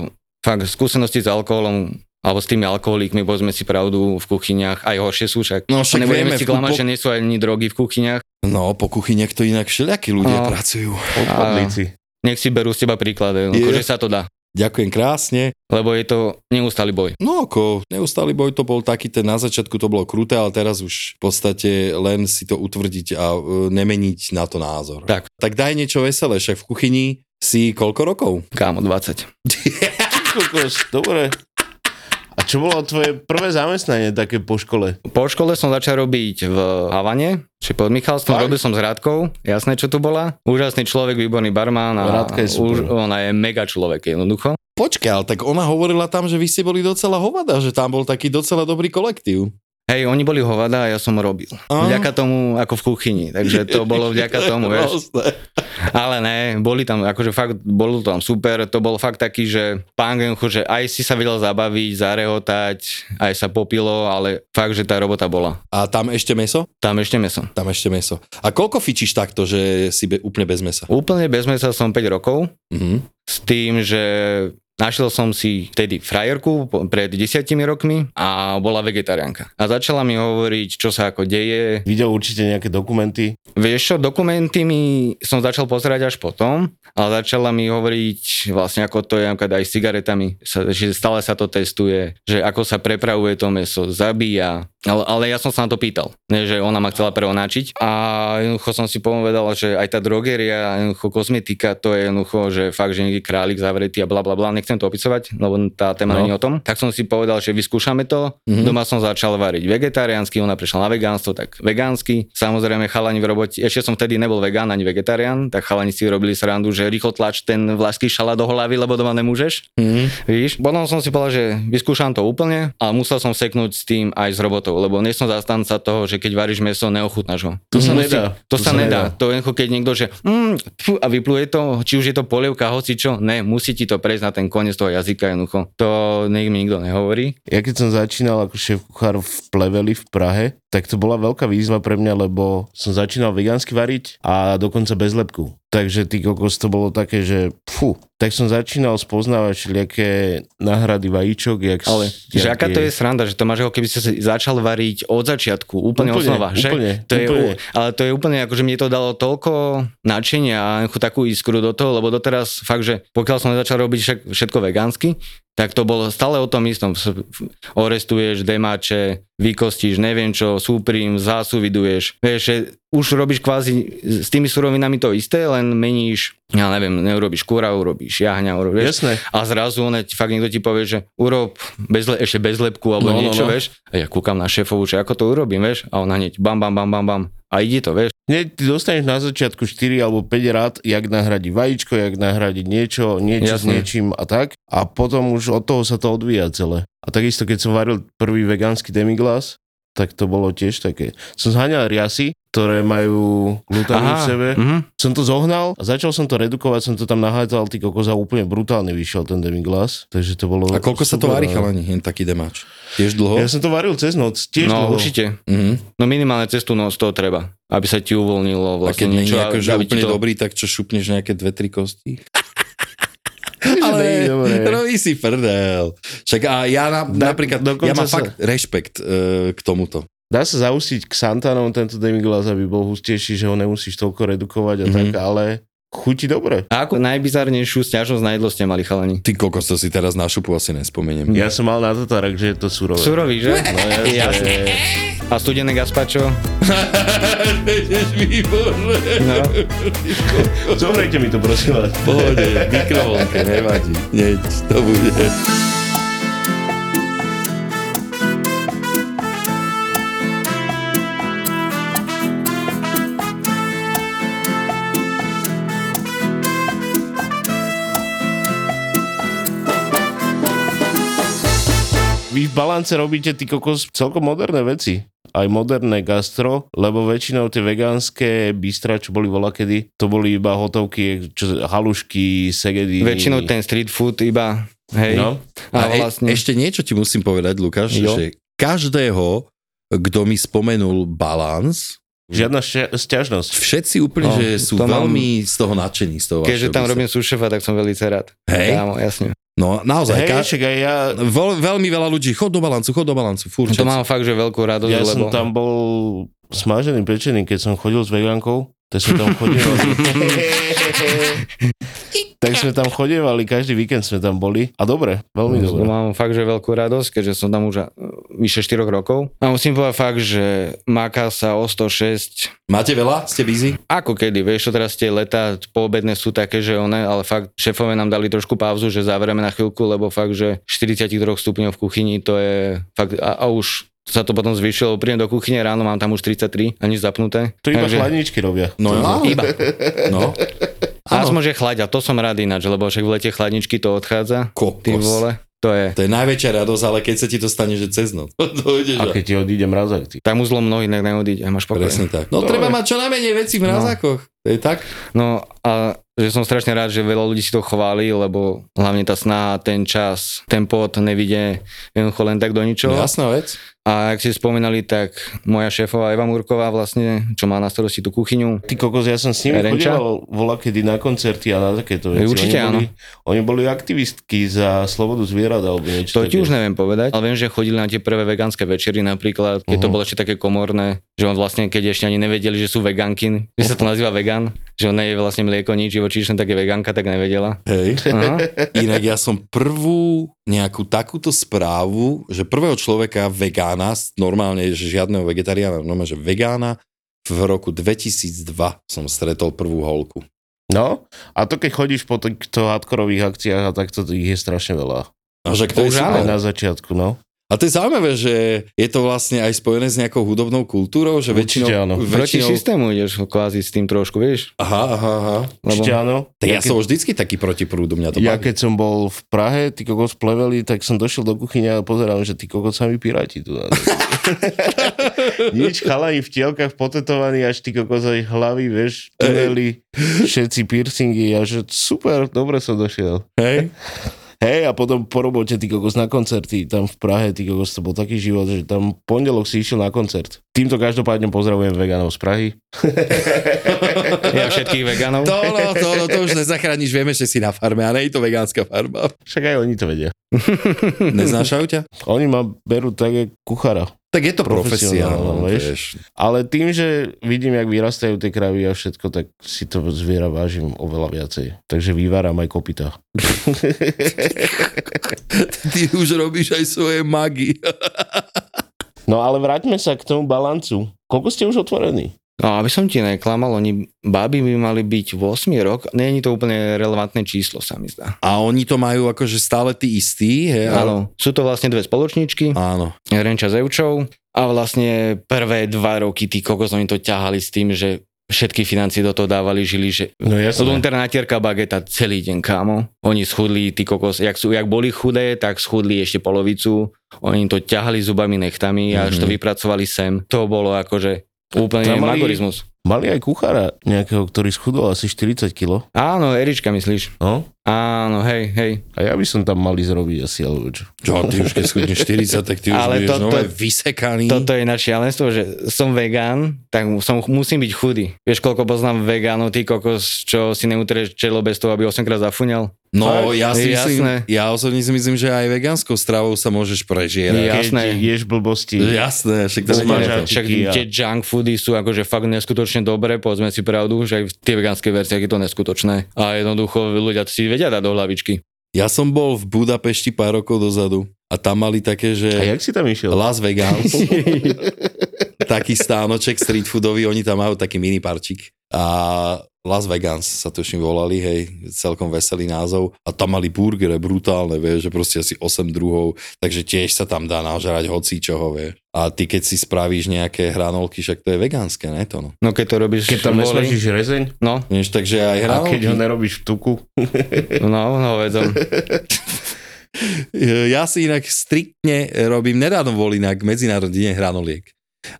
[SPEAKER 4] fakt skúsenosti s alkoholom alebo s tými alkoholíkmi, povedzme si pravdu, v kuchyniach aj horšie sú však.
[SPEAKER 2] No však vieme,
[SPEAKER 4] Nebudeme si
[SPEAKER 2] v
[SPEAKER 4] klamať,
[SPEAKER 2] kupo-
[SPEAKER 4] že nie sú ani drogy v kuchyniach.
[SPEAKER 2] No, po kuchyniach to inak všelijakí ľudia
[SPEAKER 4] No.
[SPEAKER 2] pracujú.
[SPEAKER 3] Odpadlíci.
[SPEAKER 4] Nech si berú z teba príklad,
[SPEAKER 2] Je.
[SPEAKER 4] že sa to dá.
[SPEAKER 2] Ďakujem krásne.
[SPEAKER 4] Lebo je to neustály boj.
[SPEAKER 2] No ako, neustály boj to bol taký, ten na začiatku to bolo kruté, ale teraz už v podstate len si to utvrdiť a e, nemeniť na to názor.
[SPEAKER 4] Tak.
[SPEAKER 2] Tak daj niečo veselé, však v kuchyni si koľko rokov?
[SPEAKER 4] Kámo, 20.
[SPEAKER 3] Ty kokos, Dobre. A čo bolo tvoje prvé zamestnanie také po škole?
[SPEAKER 4] Po škole som začal robiť v Havane, či pod Michalstvom,
[SPEAKER 3] Fakt?
[SPEAKER 4] robil som s Rádkou, jasné čo tu bola. Úžasný človek, výborný barman. A
[SPEAKER 3] Rádka je super.
[SPEAKER 4] ona je mega človek, jednoducho.
[SPEAKER 2] Počkaj, ale tak ona hovorila tam, že vy ste boli docela hovada, že tam bol taký docela dobrý kolektív.
[SPEAKER 4] Hej, oni boli hovada a ja som robil.
[SPEAKER 2] A? *laughs*
[SPEAKER 4] Vďaka tomu, ako v kuchyni. Takže to bolo vďaka tomu, vieš.
[SPEAKER 2] Proste.
[SPEAKER 4] Ale ne, boli tam, akože fakt, bolo tam super, to bol fakt taký, že pán Genchu, že aj si sa vedel zabaviť, zarehotať, aj sa popilo, ale fakt, že tá robota bola.
[SPEAKER 2] A tam ešte meso?
[SPEAKER 4] Tam ešte meso.
[SPEAKER 2] Tam ešte meso. A koľko fičíš takto, že si be, úplne bez mesa?
[SPEAKER 4] Úplne bez mesa som 5 rokov,
[SPEAKER 2] Mhm.
[SPEAKER 4] s tým, že našiel som si vtedy frajerku po- pred desiatimi rokmi a bola vegetariánka. A začala mi hovoriť, čo sa ako deje,
[SPEAKER 3] Videl určite nejaké dokumenty.
[SPEAKER 4] Vieš čo, dokumenty mi som začal pozerať až potom, ale začala mi hovoriť vlastne ako to je napríklad aj s cigaretami, sa, že stále sa to testuje, že ako sa prepravuje to meso, zabíja, ale, ale ja som sa na to pýtal, ne, že ona ma chcela preonáčiť a jednoducho som si povedal, že aj tá drogeria, jednoducho kozmetika, to je jednoducho, že fakt, že niekde králik zavretý a bla bla bla, nechcem to opisovať, lebo tá téma
[SPEAKER 2] No.
[SPEAKER 4] no. nie je o tom, tak som si povedal, že vyskúšame to,
[SPEAKER 2] Mhm.
[SPEAKER 4] Doma som začal variť vegetariánsky, ona prešla na vegánstvo, tak vegánsky. Samozrejme, chalani v robote, ešte som vtedy nebol vegán ani vegetarián, tak chalani si robili srandu, že rýchlo tlač ten vlaský šalát do hlavy, lebo doma nemôžeš.
[SPEAKER 2] Mhm.
[SPEAKER 4] Víš? Potom som si povedal, že vyskúšam to úplne, ale musel som seknúť s tým aj s robotou, lebo nie som zastanca toho, že keď varíš meso, neochutnáš ho.
[SPEAKER 3] To sa
[SPEAKER 4] Musí-
[SPEAKER 3] nedá.
[SPEAKER 4] To, sa, nedá. To je ako keď niekto, že mm, tfu, a vypluje to, či už je to polievka, hoci čo, ne, musí ti to prejsť na ten koniec toho jazyka jednoducho. To nech mi nikto nehovorí.
[SPEAKER 3] Ja keď som začínal ako šéf kuchár v Pleveli v Prahe, tak to bola veľká výzva pre mňa, lebo som začínal vegánsky variť a dokonca bez lepku. Takže ty kokos to bolo také, že pfu. Tak som začínal spoznávať všelijaké náhrady vajíčok, jak...
[SPEAKER 4] Ale že
[SPEAKER 3] jak
[SPEAKER 4] aká to je sranda, že to máš ako keby si sa začal variť od začiatku, úplne,
[SPEAKER 3] Úplne,
[SPEAKER 4] úplne znova, že?
[SPEAKER 3] úplne,
[SPEAKER 4] to je,
[SPEAKER 3] úplne.
[SPEAKER 4] u- Ale to je úplne ako, že mne to dalo toľko nadšenia a nejakú takú iskru do toho, lebo doteraz fakt, že pokiaľ som začal robiť však, všetko vegánsky, tak to bolo stále o tom istom. S- Orestuješ, demáče, vykostíš, neviem čo, súprim, zásuviduješ. Vieš, že už robíš kvázi s tými surovinami to isté, len meníš, ja neviem, neurobiš kúra, urobíš jahňa, urobíš.
[SPEAKER 3] Jasné.
[SPEAKER 4] A zrazu on, fakt niekto ti povie, že urob bez le- ešte bez lepku alebo
[SPEAKER 2] No, no,
[SPEAKER 4] no, niečo,
[SPEAKER 2] no.
[SPEAKER 4] no, vieš. A ja kúkam na šéfovu, že ako to urobím, vieš. A ona hneď bam, bam, bam, bam, bam. A ide to, vieš.
[SPEAKER 3] Nie, ty dostaneš na začiatku 4 alebo 5 rád, jak nahradiť vajíčko, jak nahradiť niečo, niečo s
[SPEAKER 4] Jasné.
[SPEAKER 3] niečím a tak. A potom už od toho sa to odvíja celé. A takisto, keď som varil prvý vegánsky demiglas, tak to bolo tiež také. Som zháňal riasy ktoré majú glutamín v sebe.
[SPEAKER 4] mhm.
[SPEAKER 3] Som to zohnal a začal som to redukovať, som to tam nahádzal, ty kokos a úplne brutálne vyšiel ten demiglas, takže to bolo...
[SPEAKER 2] A koľko sa to
[SPEAKER 3] super,
[SPEAKER 2] varí,
[SPEAKER 3] no.
[SPEAKER 2] chalani, jen taký demáč? Tiež dlho?
[SPEAKER 3] Ja som to varil cez noc, tiež
[SPEAKER 4] No
[SPEAKER 2] *laughs*
[SPEAKER 3] dlho.
[SPEAKER 4] určite.
[SPEAKER 2] Mhm.
[SPEAKER 4] No minimálne cestu noc toho treba, aby sa ti
[SPEAKER 2] A
[SPEAKER 4] uvoľnilo vlastne
[SPEAKER 2] keď není
[SPEAKER 4] niečo. a
[SPEAKER 2] akože
[SPEAKER 4] aby ti
[SPEAKER 2] úplne
[SPEAKER 4] to...
[SPEAKER 2] dobrý, tak čo šupneš nejaké dve, tri kosti? *laughs*
[SPEAKER 3] není
[SPEAKER 2] Ale *laughs*
[SPEAKER 3] *laughs* dobré.
[SPEAKER 2] robí si prdel. Však a ja na,
[SPEAKER 3] Da-
[SPEAKER 2] napríklad, ja
[SPEAKER 3] dokonca
[SPEAKER 2] mám
[SPEAKER 3] sa-
[SPEAKER 2] fakt rešpekt e, k tomuto.
[SPEAKER 3] Dá sa zausiť k Santanom tento demiglas, aby bol hustejší, že ho nemusíš toľko redukovať a
[SPEAKER 2] Mhm.
[SPEAKER 3] tak, ale chutí dobre.
[SPEAKER 4] A ako najbizarnejšiu sťažnosť na jedlo ste mali chalani?
[SPEAKER 2] Ty kokos, to si teraz na šupu asi nespomeniem. *laughs*
[SPEAKER 3] Ja som mal na Tatarák, že je to surové.
[SPEAKER 4] Surový,
[SPEAKER 3] No,
[SPEAKER 4] že?
[SPEAKER 3] jasne.
[SPEAKER 4] Jasne. A studené gazpačo?
[SPEAKER 2] Výborné.
[SPEAKER 4] No.
[SPEAKER 3] Zohrejte mi to, prosím vás.
[SPEAKER 2] Pohode, mikrovlnke, nevadí. Neď, to bude.
[SPEAKER 3] Vy v balance robíte ty kokos celkom moderné veci. Aj moderné gastro, lebo väčšinou tie vegánske bistra, čo boli volakedy, to boli iba hotovky, čo, halušky, segedy.
[SPEAKER 4] Väčšinou ten street food iba, hej.
[SPEAKER 3] No,
[SPEAKER 4] A
[SPEAKER 2] A e-
[SPEAKER 4] vlastne...
[SPEAKER 2] ešte niečo ti musím povedať, Lukáš,
[SPEAKER 4] Jo.
[SPEAKER 2] že každého, kto mi spomenul balans,
[SPEAKER 3] žiadna šťa- sťažnosť.
[SPEAKER 2] všetci úplne,
[SPEAKER 4] No,
[SPEAKER 2] že sú
[SPEAKER 4] to mám-
[SPEAKER 2] veľmi z toho nadšení. Z toho
[SPEAKER 4] Keďže
[SPEAKER 2] vašeho
[SPEAKER 4] tam
[SPEAKER 2] biznisu.
[SPEAKER 4] robím sušefa, tak som veľmi rád.
[SPEAKER 2] Hej.
[SPEAKER 4] Kámo, jasne.
[SPEAKER 2] No naozaj,
[SPEAKER 3] Hej,
[SPEAKER 2] hey,
[SPEAKER 3] však aj ja,
[SPEAKER 4] no.
[SPEAKER 2] Veľ, veľmi veľa ľudí, chod do balancu, chod do balancu, furt
[SPEAKER 4] To
[SPEAKER 2] všetci.
[SPEAKER 4] mám fakt, že veľkú radosť,
[SPEAKER 3] ja som
[SPEAKER 4] lebo...
[SPEAKER 3] tam bol smažený, pečený, keď som chodil s vegánkou, tak sme
[SPEAKER 4] *laughs*
[SPEAKER 3] tam chodievali. tak sme tam chodievali, každý víkend sme tam boli. A dobre, veľmi dobre.
[SPEAKER 4] To Mám fakt, že veľkú radosť, keďže som tam už eh, vyše 4 rokov. A musím povedať fakt, že maká sa o 106
[SPEAKER 2] Máte veľa? Ste busy?
[SPEAKER 4] ako kedy, vieš, čo teraz tie leta poobedné sú také, že one, ale fakt šéfové nám dali trošku pauzu, že zavrieme na chvíľku, lebo fakt, že 43 stupňov v kuchyni, to je fakt, a, a už sa to potom zvyšilo, príjem do kuchyne, ráno mám tam už 33 a nič zapnuté.
[SPEAKER 3] To iba chladničky robia.
[SPEAKER 2] No,
[SPEAKER 3] To-
[SPEAKER 2] no.
[SPEAKER 4] Iba. *laughs*
[SPEAKER 2] No,
[SPEAKER 4] A môže chladia, to som rád ináč, lebo však v lete chladničky to odchádza.
[SPEAKER 2] Kokos.
[SPEAKER 4] Ty vole, to je.
[SPEAKER 2] to je najväčšia radosť, ale keď sa ti to stane, že cez noc, *laughs* dojdeš
[SPEAKER 3] A
[SPEAKER 2] a-
[SPEAKER 3] keď ti odíde mrazák, ty.
[SPEAKER 4] Tam už zlom nohy, inak neodíde, máš pokoj.
[SPEAKER 2] Presne tak. No
[SPEAKER 3] Dobre.
[SPEAKER 2] treba mať čo najmenej veci v mrazákoch. To je tak?
[SPEAKER 4] No a že som strašne rád, že veľa ľudí si to chváli, lebo hlavne tá snaha, ten čas, ten pot nevidie jednoducho len tak do ničoho.
[SPEAKER 2] Jasná vec.
[SPEAKER 4] A ak si spomínali, tak moja šéfová Eva Murková vlastne, čo má na starosti tú kuchyňu,
[SPEAKER 3] Ty kokos, ja som s nimi
[SPEAKER 4] Renča? No,
[SPEAKER 3] chodil volá kedy na koncerty a na takéto veci.
[SPEAKER 4] Určite
[SPEAKER 3] oni Boli, oni boli aktivistky za slobodu zvierat alebo niečo
[SPEAKER 4] to ti
[SPEAKER 3] také.
[SPEAKER 4] už neviem povedať, ale viem, že chodili na tie prvé vegánske večery napríklad, keď to
[SPEAKER 3] Mhm.
[SPEAKER 4] bolo ešte také komorné, že on vlastne, keď ešte ani nevedeli, že sú veganky, že sa to nazýva vegan, že on je vlastne mlieko, nič živočíšne, tak je veganka, tak nevedela. *laughs*
[SPEAKER 2] Hej.
[SPEAKER 4] Aha.
[SPEAKER 2] Inak ja som prvú nejakú takúto správu, že prvého človeka vegána, normálne že žiadneho vegetariána, normálne, že vegána, v roku 2002 som stretol prvú holku.
[SPEAKER 3] No, a to keď chodíš po týchto hardkorových akciách a takto to ich je strašne veľa.
[SPEAKER 2] A že kto je
[SPEAKER 4] Už
[SPEAKER 3] Aj
[SPEAKER 2] super.
[SPEAKER 3] na začiatku, no.
[SPEAKER 2] A to je zaujímavé, že je to vlastne aj spojené s nejakou hudobnou kultúrou, že
[SPEAKER 3] Určite
[SPEAKER 2] väčšinou...
[SPEAKER 3] áno.
[SPEAKER 4] Proti
[SPEAKER 2] väčšinou
[SPEAKER 4] systému ideš kvázi s tým trošku, vieš?
[SPEAKER 2] aha, aha, aha.
[SPEAKER 3] Určite áno.
[SPEAKER 2] Tak ja,
[SPEAKER 3] keď-
[SPEAKER 2] som vždycky taký proti prúdu, mňa to
[SPEAKER 3] ja
[SPEAKER 2] baví.
[SPEAKER 3] keď som bol v Prahe, ty kokos pleveli, tak som došiel do kuchyne a pozerám, že ty kokos sami piráti
[SPEAKER 2] *laughs*
[SPEAKER 3] tu. na- Nič chalani v tielkach potetovaní, až ty kokos aj hlavy, vieš, tunely, všetci piercingy a že super, dobre som došiel.
[SPEAKER 2] Hej.
[SPEAKER 3] Hej, a potom po robote ty kokos na koncerty, tam v Prahe, ty kokos, to bol taký život, že tam pondelok si išiel na koncert. Týmto každopádne pozdravujem veganov z Prahy.
[SPEAKER 4] Ja všetkých veganov.
[SPEAKER 2] To, no, to, no, to už nezachrániš, vieme, že si na farme a nie je to vegánska
[SPEAKER 3] *laughs*
[SPEAKER 2] farma.
[SPEAKER 3] Však aj oni to vedia.
[SPEAKER 2] Neznášajú ťa?
[SPEAKER 3] Oni ma berú tak, jak kuchára.
[SPEAKER 2] Tak je to profesia,
[SPEAKER 3] Profesionálne,
[SPEAKER 2] no,
[SPEAKER 3] vieš.
[SPEAKER 2] vieš.
[SPEAKER 3] Ale tým, že vidím, jak vyrastajú tie kravy a všetko, tak si to zviera vážim oveľa viacej. Takže vyváram aj kopita.
[SPEAKER 2] Ty už robíš aj svoje magy.
[SPEAKER 3] No ale vráťme sa k tomu balancu. Koľko ste už otvorení?
[SPEAKER 4] No, aby som ti neklamal, oni baby by mali byť v 8 rok. Není to úplne relevantné číslo, sa mi zdá.
[SPEAKER 2] A oni to majú akože stále tí istí, hej? ale-
[SPEAKER 4] Áno, sú to vlastne dve spoločničky,
[SPEAKER 2] Áno.
[SPEAKER 4] Renča s Eučou a vlastne prvé dva roky tí kokos, oni to ťahali s tým, že všetky financie do toho dávali, žili, že
[SPEAKER 3] No jasne.
[SPEAKER 4] Lunter natierka bageta celý deň, kámo. Oni schudli, ty kokos, jak, sú, jak boli chudé, tak schudli ešte polovicu. Oni to ťahali zubami, nechtami a až to
[SPEAKER 2] Mhm.
[SPEAKER 4] vypracovali sem. To bolo akože
[SPEAKER 3] Tam
[SPEAKER 4] Úplne
[SPEAKER 3] mali-
[SPEAKER 4] magorizmus.
[SPEAKER 3] Mali aj kuchára nejakého, ktorý schudol asi 40 kg.
[SPEAKER 4] Áno, Erička myslíš.
[SPEAKER 3] No?
[SPEAKER 4] Áno, hej, hej.
[SPEAKER 3] A ja by som tam mali zrobiť asi, alebo čo.
[SPEAKER 2] Čo, ty už keď schudneš 40, tak ty už
[SPEAKER 4] Ale
[SPEAKER 2] budeš
[SPEAKER 4] toto-
[SPEAKER 2] nové vysekaný.
[SPEAKER 4] Toto je naše šialenstvo, že som vegán, tak mu- som, musím byť chudý. Vieš, koľko poznám vegánov, ty kokos, čo si neutrieš čelo bez toho, aby 8 krát zafúňal?
[SPEAKER 2] No, ja si
[SPEAKER 4] je
[SPEAKER 2] myslím,
[SPEAKER 4] jasné.
[SPEAKER 2] ja osobne si myslím, že aj vegánskou stravou sa môžeš prežierať.
[SPEAKER 4] Ja- Jasné.
[SPEAKER 3] Keď ješ blbosti.
[SPEAKER 2] Jasné, však to
[SPEAKER 3] Úplne,
[SPEAKER 2] znamená
[SPEAKER 3] že-
[SPEAKER 2] to.
[SPEAKER 4] Však
[SPEAKER 3] Čiky a-
[SPEAKER 4] tie junk foody sú akože fakt neskutočne dobré, povedzme si pravdu, že aj v tie vegánske verzie je to neskutočné. A jednoducho ľudia si vedia dať do hlavičky.
[SPEAKER 2] Ja som bol v Budapešti pár rokov dozadu a tam mali také,
[SPEAKER 3] A
[SPEAKER 2] že
[SPEAKER 3] jak si tam išiel?
[SPEAKER 2] Las
[SPEAKER 3] *laughs*
[SPEAKER 2] Vegas, taký stánoček street foodový, oni tam majú taký mini parčík a Las Vegas sa tuším volali, hej, celkom veselý názov a tam mali burgere brutálne, vieš, že proste asi 8 druhov, takže tiež sa tam dá nažrať hoci čoho, vieš. A ty keď si spravíš nejaké hranolky, však to je vegánske, ne to no.
[SPEAKER 4] No keď to robíš...
[SPEAKER 3] Keď tam
[SPEAKER 4] voli-
[SPEAKER 3] nesmažíš rezeň
[SPEAKER 4] No,
[SPEAKER 2] Vieš, takže aj
[SPEAKER 3] a
[SPEAKER 2] hranolky.
[SPEAKER 3] keď ho nerobíš v tuku.
[SPEAKER 4] no, no,
[SPEAKER 3] *laughs*
[SPEAKER 4] vedom.
[SPEAKER 2] E, *laughs* Ja si inak striktne robím, nedávno bol inak medzinárodný deň hranoliek.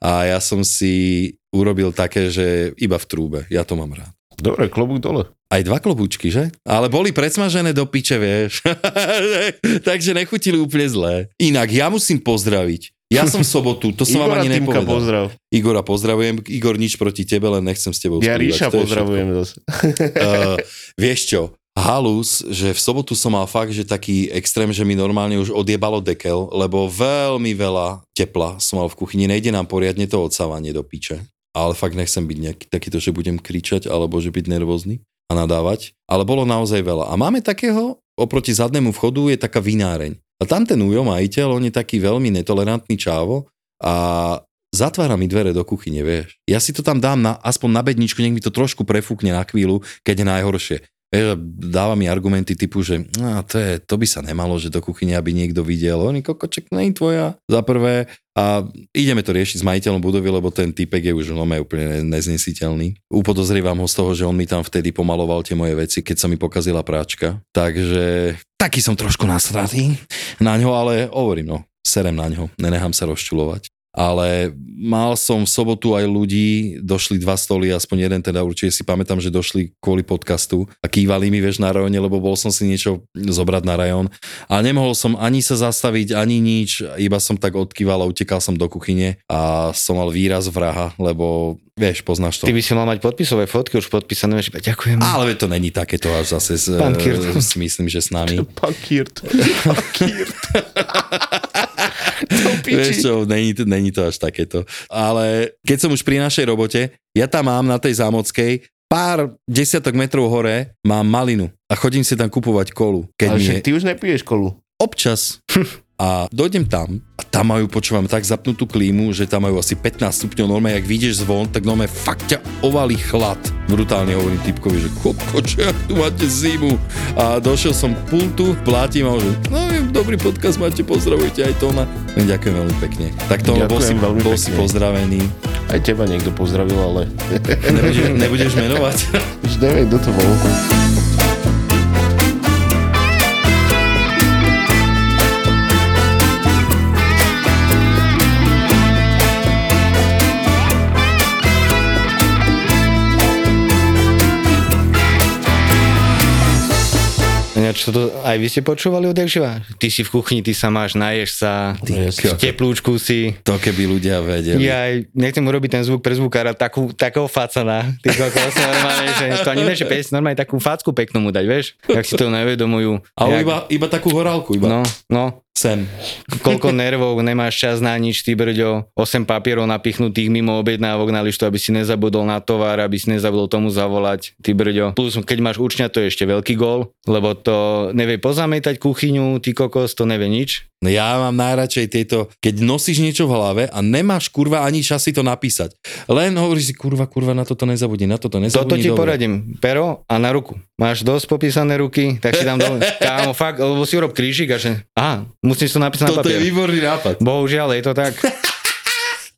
[SPEAKER 2] A ja som si urobil také, že iba v trúbe, ja to mám rád.
[SPEAKER 3] Dobre, klobúk dole.
[SPEAKER 2] Aj dva klobúčky, že? Ale boli predsmažené do piče, vieš. *laughs* Takže nechutili úplne zlé. Inak, ja musím pozdraviť. Ja som v sobotu, to som vám
[SPEAKER 3] Igora
[SPEAKER 2] ani
[SPEAKER 3] Týmka
[SPEAKER 2] nepovedal.
[SPEAKER 3] pozdrav.
[SPEAKER 2] Igora pozdravujem. Igor, nič proti tebe, len nechcem s tebou
[SPEAKER 3] Ja
[SPEAKER 2] skrývať. To
[SPEAKER 3] Ríša
[SPEAKER 2] je všetko.
[SPEAKER 3] pozdravujem zase.
[SPEAKER 2] *laughs* Uh, vieš čo, halus, že v sobotu som mal fakt, že taký extrém, že mi normálne už odjebalo dekel, lebo veľmi veľa tepla som mal v kuchyni, nejde nám poriadne to odsávanie do piče. Ale fakt nechcem byť nejaký takýto, že budem kričať alebo že byť nervózny a nadávať. Ale bolo naozaj veľa. A máme takého, oproti zadnému vchodu je taká vináreň. A tam ten Ujo majiteľ, on je taký veľmi netolerantný čávo a zatvára mi dvere do kuchyne, vieš. Ja si to tam dám na, aspoň na bedničku, nech mi to trošku prefúkne na chvíľu, keď je najhoršie. Vieš, a dáva mi argumenty typu, že no, to, je, to by sa nemalo, že do kuchyne, aby niekto videl. Oni, kokoček, nie je tvoja, za prvé. A ideme to riešiť s majiteľom budovy, lebo ten typek je už no, úplne ne- neznesiteľný. Upodozrievam ho z toho, že on mi tam vtedy pomaloval tie moje veci, keď sa mi pokazila práčka. Takže taký som trošku nasratý na ňo, ale hovorím, no, serem na ňo, nenechám sa rozčulovať ale mal som v sobotu aj ľudí, došli dva stoly, aspoň jeden teda určite si pamätám, že došli kvôli podcastu a kývali mi, vieš, na rajone, lebo bol som si niečo zobrať na rajón a nemohol som ani sa zastaviť, ani nič, iba som tak odkýval a utekal som do kuchyne a som mal výraz vraha, lebo vieš, poznáš to.
[SPEAKER 4] Ty by si mal mať podpisové fotky, už podpísané, vieš, iba ďakujem.
[SPEAKER 2] Ale to není takéto až zase s, e,
[SPEAKER 4] Pán Kirt.
[SPEAKER 2] si myslím, že s
[SPEAKER 3] *laughs*
[SPEAKER 4] *laughs*
[SPEAKER 2] nami.
[SPEAKER 3] Pakirt. Pakirt. to
[SPEAKER 2] Vieš
[SPEAKER 3] piči.
[SPEAKER 2] čo, není to, není to až takéto. Ale keď som už pri našej robote, ja tam mám na tej zámockej pár desiatok metrov hore mám malinu a chodím si tam kupovať kolu, keď
[SPEAKER 3] Ale
[SPEAKER 2] mi
[SPEAKER 3] však
[SPEAKER 2] je
[SPEAKER 3] ty už nepiješ kolu.
[SPEAKER 2] občas. A dojdem tam a tam majú, počúvam, tak zapnutú klímu, že tam majú asi 15 stupňov norme, ak vyjdeš zvon, tak norme fakt ťa ovalí chlad. Brutálne hovorím typkovi, že kopkoče, tu máte zimu. A došiel som k pultu, platím a on, že no dobrý podcast máte, pozdravujte aj Toma. No, Ďakujem veľmi pekne. Tak to bol si,
[SPEAKER 3] Ďakujem veľmi
[SPEAKER 2] bol si
[SPEAKER 3] pekne.
[SPEAKER 2] pozdravený.
[SPEAKER 3] Aj teba niekto pozdravil, ale
[SPEAKER 2] Nebudeš, nebudeš menovať? *laughs*
[SPEAKER 3] už neviem, kto to bol.
[SPEAKER 4] Ináč, toto aj vy ste počúvali od Jakživa? Ty si v kuchyni, ty sa máš, naješ sa,
[SPEAKER 3] Ty
[SPEAKER 4] v teplúčku si.
[SPEAKER 2] To keby ľudia vedeli.
[SPEAKER 4] Ja aj nechcem urobiť ten zvuk pre zvukára, takú, takého facana. Ty kokos, normálne, že to ani ne, že pes, normálne takú facku peknú mu dať, vieš? Jak si to nevedomujú.
[SPEAKER 2] Ale
[SPEAKER 4] jak,
[SPEAKER 2] iba, iba takú horálku, iba
[SPEAKER 4] No, no,
[SPEAKER 2] sem.
[SPEAKER 4] koľko nervov, nemáš čas na nič, ty brďo, 8 papierov napichnutých mimo objednávok na lištu, aby si nezabudol na tovar, aby si nezabudol tomu zavolať, ty brďo. Plus, keď máš učňa, to je ešte veľký gól, lebo to nevie pozametať kuchyňu, ty kokos, to nevie nič.
[SPEAKER 2] No ja mám najradšej tieto, keď nosíš niečo v hlave a nemáš kurva ani čas si to napísať. Len hovoríš si kurva, kurva, na toto nezabudni, na toto
[SPEAKER 4] Toto
[SPEAKER 2] nezabudni.
[SPEAKER 4] ti poradím, pero a na ruku. Máš dosť popísané ruky, tak si tam
[SPEAKER 2] *laughs*
[SPEAKER 4] dole. Kámo, fakt, lebo si urob krížik a že, aha, musíš to napísať na
[SPEAKER 2] Toto
[SPEAKER 4] papier.
[SPEAKER 2] je výborný nápad.
[SPEAKER 4] Bohužiaľ, je to tak.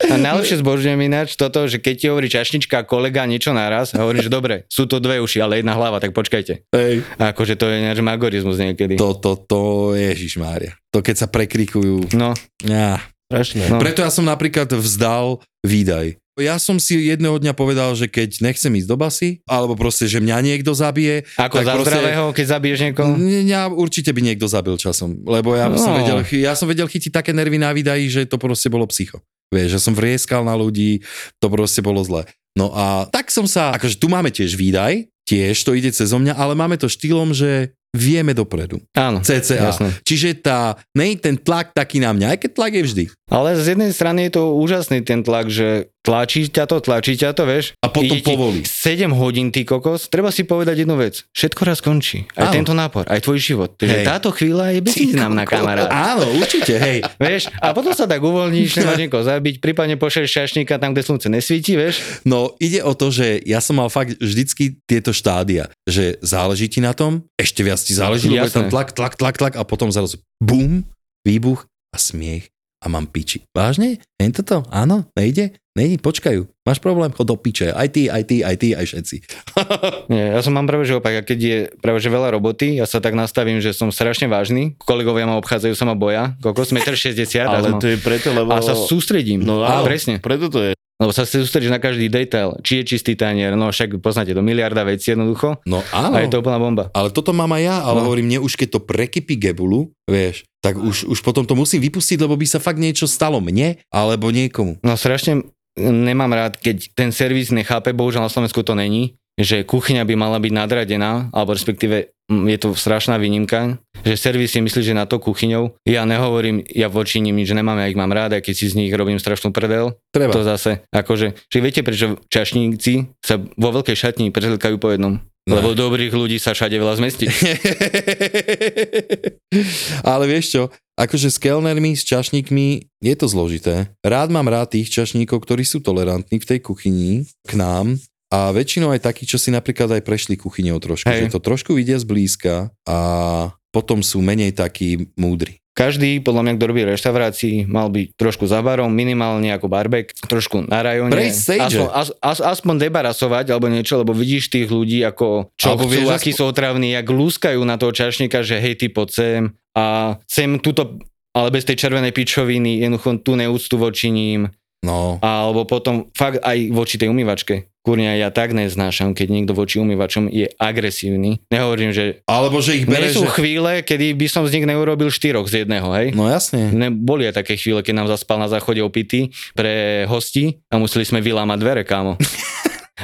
[SPEAKER 4] A najlepšie zbožňujem ináč toto, že keď ti hovorí čašnička a kolega niečo naraz, a hovoríš, že dobre, sú to dve uši, ale jedna hlava, tak počkajte.
[SPEAKER 2] Hej.
[SPEAKER 4] A akože to je ináč magorizmus niekedy.
[SPEAKER 2] Toto, to, Ježiš Mária. To keď sa prekrikujú.
[SPEAKER 4] No,
[SPEAKER 2] Ja,
[SPEAKER 3] Strašné.
[SPEAKER 4] No.
[SPEAKER 2] Preto ja som napríklad vzdal výdaj. Ja som si jedného dňa povedal, že keď nechcem ísť do basy, alebo proste, že mňa niekto zabije,
[SPEAKER 4] Ako
[SPEAKER 2] Tak
[SPEAKER 4] za
[SPEAKER 2] proste- Mm.
[SPEAKER 4] zdravého, keď zabiješ niekoho?
[SPEAKER 2] Mne- Mňa určite by niekto zabil časom, lebo ja, som
[SPEAKER 4] No.
[SPEAKER 2] vedel, ja som vedel chytiť také nervy na výdaji, že to proste bolo psycho. Vieš, že som vrieskal na ľudí, to proste bolo zlé. No a tak som sa, akože tu máme tiež výdaj, tiež to ide cez mňa, ale máme to štýlom, že vieme dopredu.
[SPEAKER 4] Áno.
[SPEAKER 2] CCA.
[SPEAKER 4] Jasné.
[SPEAKER 2] Čiže tá, nej ten tlak taký na mňa, aj keď tlak je vždy.
[SPEAKER 4] Ale z jednej strany je to úžasný ten tlak, že tlačí ťa to, tlačí ťa to, vieš.
[SPEAKER 2] A potom
[SPEAKER 4] Ide ti
[SPEAKER 2] povolí.
[SPEAKER 4] 7 hodín, ty kokos. Treba si povedať jednu vec. Všetko raz končí. Aj
[SPEAKER 2] Áno.
[SPEAKER 4] tento nápor, aj tvoj život.
[SPEAKER 2] Hej.
[SPEAKER 4] Takže táto chvíľa je bezvýznamná, kamarát.
[SPEAKER 2] Áno, určite, hej.
[SPEAKER 4] Vieš, a potom sa tak uvoľníš,
[SPEAKER 3] *laughs*
[SPEAKER 4] nemáš niekoho zabiť, prípadne pošleš šašníka tam, kde slnce nesvíti, vieš.
[SPEAKER 2] No ide o to, že ja som mal fakt vždycky tieto štádia, že záleží ti na tom, ešte viac ti záleží, lebo je
[SPEAKER 4] Jasné.
[SPEAKER 2] tam tlak, tlak, tlak, tlak a potom zrazu bum, výbuch a smiech a mám piči. Vážne? Nie je toto? Áno? Nejde? Nejde? Počkajú. Máš problém? Chod do piče. Aj ty, aj ty, aj ty, aj všetci.
[SPEAKER 4] Nie, ja som mám práve, že opak, a keď je práve, že veľa roboty, ja sa tak nastavím, že som strašne vážny, kolegovia ma obchádzajú, sa ma boja, kokos, 1,60 m.
[SPEAKER 3] Ale to je preto, lebo...
[SPEAKER 4] a sa sústredím.
[SPEAKER 3] No áno.
[SPEAKER 4] áno. Presne.
[SPEAKER 3] Preto to je. *laughs*
[SPEAKER 4] Lebo sa sústredíš na každý detail, či je čistý tanier, no však poznáte to, miliarda vecí jednoducho.
[SPEAKER 2] No áno.
[SPEAKER 4] A je to úplná bomba.
[SPEAKER 2] Ale toto mám aj ja, ale
[SPEAKER 4] No.
[SPEAKER 2] hovorím, mne už keď to prekypí gebulu, vieš, tak už, už potom to musím vypustiť, lebo by sa fakt niečo stalo mne alebo niekomu.
[SPEAKER 4] No strašne nemám rád, keď ten servis nechápe, bohužiaľ na Slovensku to není, že kuchyňa by mala byť nadradená, alebo respektíve mm, je to strašná výnimka, že servis si myslí, že na to kuchyňou. Ja nehovorím, ja voči nim nič nemám, ja ich mám rád, aj keď si z nich robím strašnú prdel.
[SPEAKER 2] Treba.
[SPEAKER 4] To zase, akože, že viete, prečo čašníci sa vo veľkej šatni preželkajú po jednom?
[SPEAKER 2] Ne.
[SPEAKER 4] Lebo dobrých ľudí sa všade veľa zmestí.
[SPEAKER 2] *laughs* Ale vieš čo, akože s kelnermi, s čašníkmi je to zložité. Rád mám rád tých čašníkov, ktorí sú tolerantní v tej kuchyni k nám a väčšinou aj takí, čo si napríklad aj prešli kuchyňou trošku,
[SPEAKER 4] Hej.
[SPEAKER 2] že to trošku vidia zblízka a potom sú menej takí múdri.
[SPEAKER 4] Každý, podľa mňa, kto robí v reštaurácii, mal byť trošku za barom, minimálne ako barbek, trošku na rajone.
[SPEAKER 2] Prejsť stage.
[SPEAKER 4] Aspoň, as, as, aspoň debarasovať alebo niečo, lebo vidíš tých ľudí, ako čo
[SPEAKER 2] Alebo
[SPEAKER 4] chcú,
[SPEAKER 2] vieš,
[SPEAKER 4] akí
[SPEAKER 2] aspoň-
[SPEAKER 4] sú otravní, jak lúskajú na toho čašníka, že hej, ty poď sem a sem túto ale bez tej červenej pičoviny, jednoducho tú neúctu voči ním,
[SPEAKER 2] No,
[SPEAKER 4] alebo potom fakt aj voči tej umývačke. Kurňa, ja tak neznášam, keď niekto voči umývačom je agresívny. Nehovorím, že
[SPEAKER 2] alebo že ich
[SPEAKER 4] nie
[SPEAKER 2] bere,
[SPEAKER 4] sú
[SPEAKER 2] že...
[SPEAKER 4] chvíle, kedy by som z nich neurobil štyroch z jedného, hej?
[SPEAKER 2] No jasne.
[SPEAKER 4] Ne, boli aj také chvíle, keď nám zaspal na záchode opity pre hosti a museli sme vylámať dvere, kámo.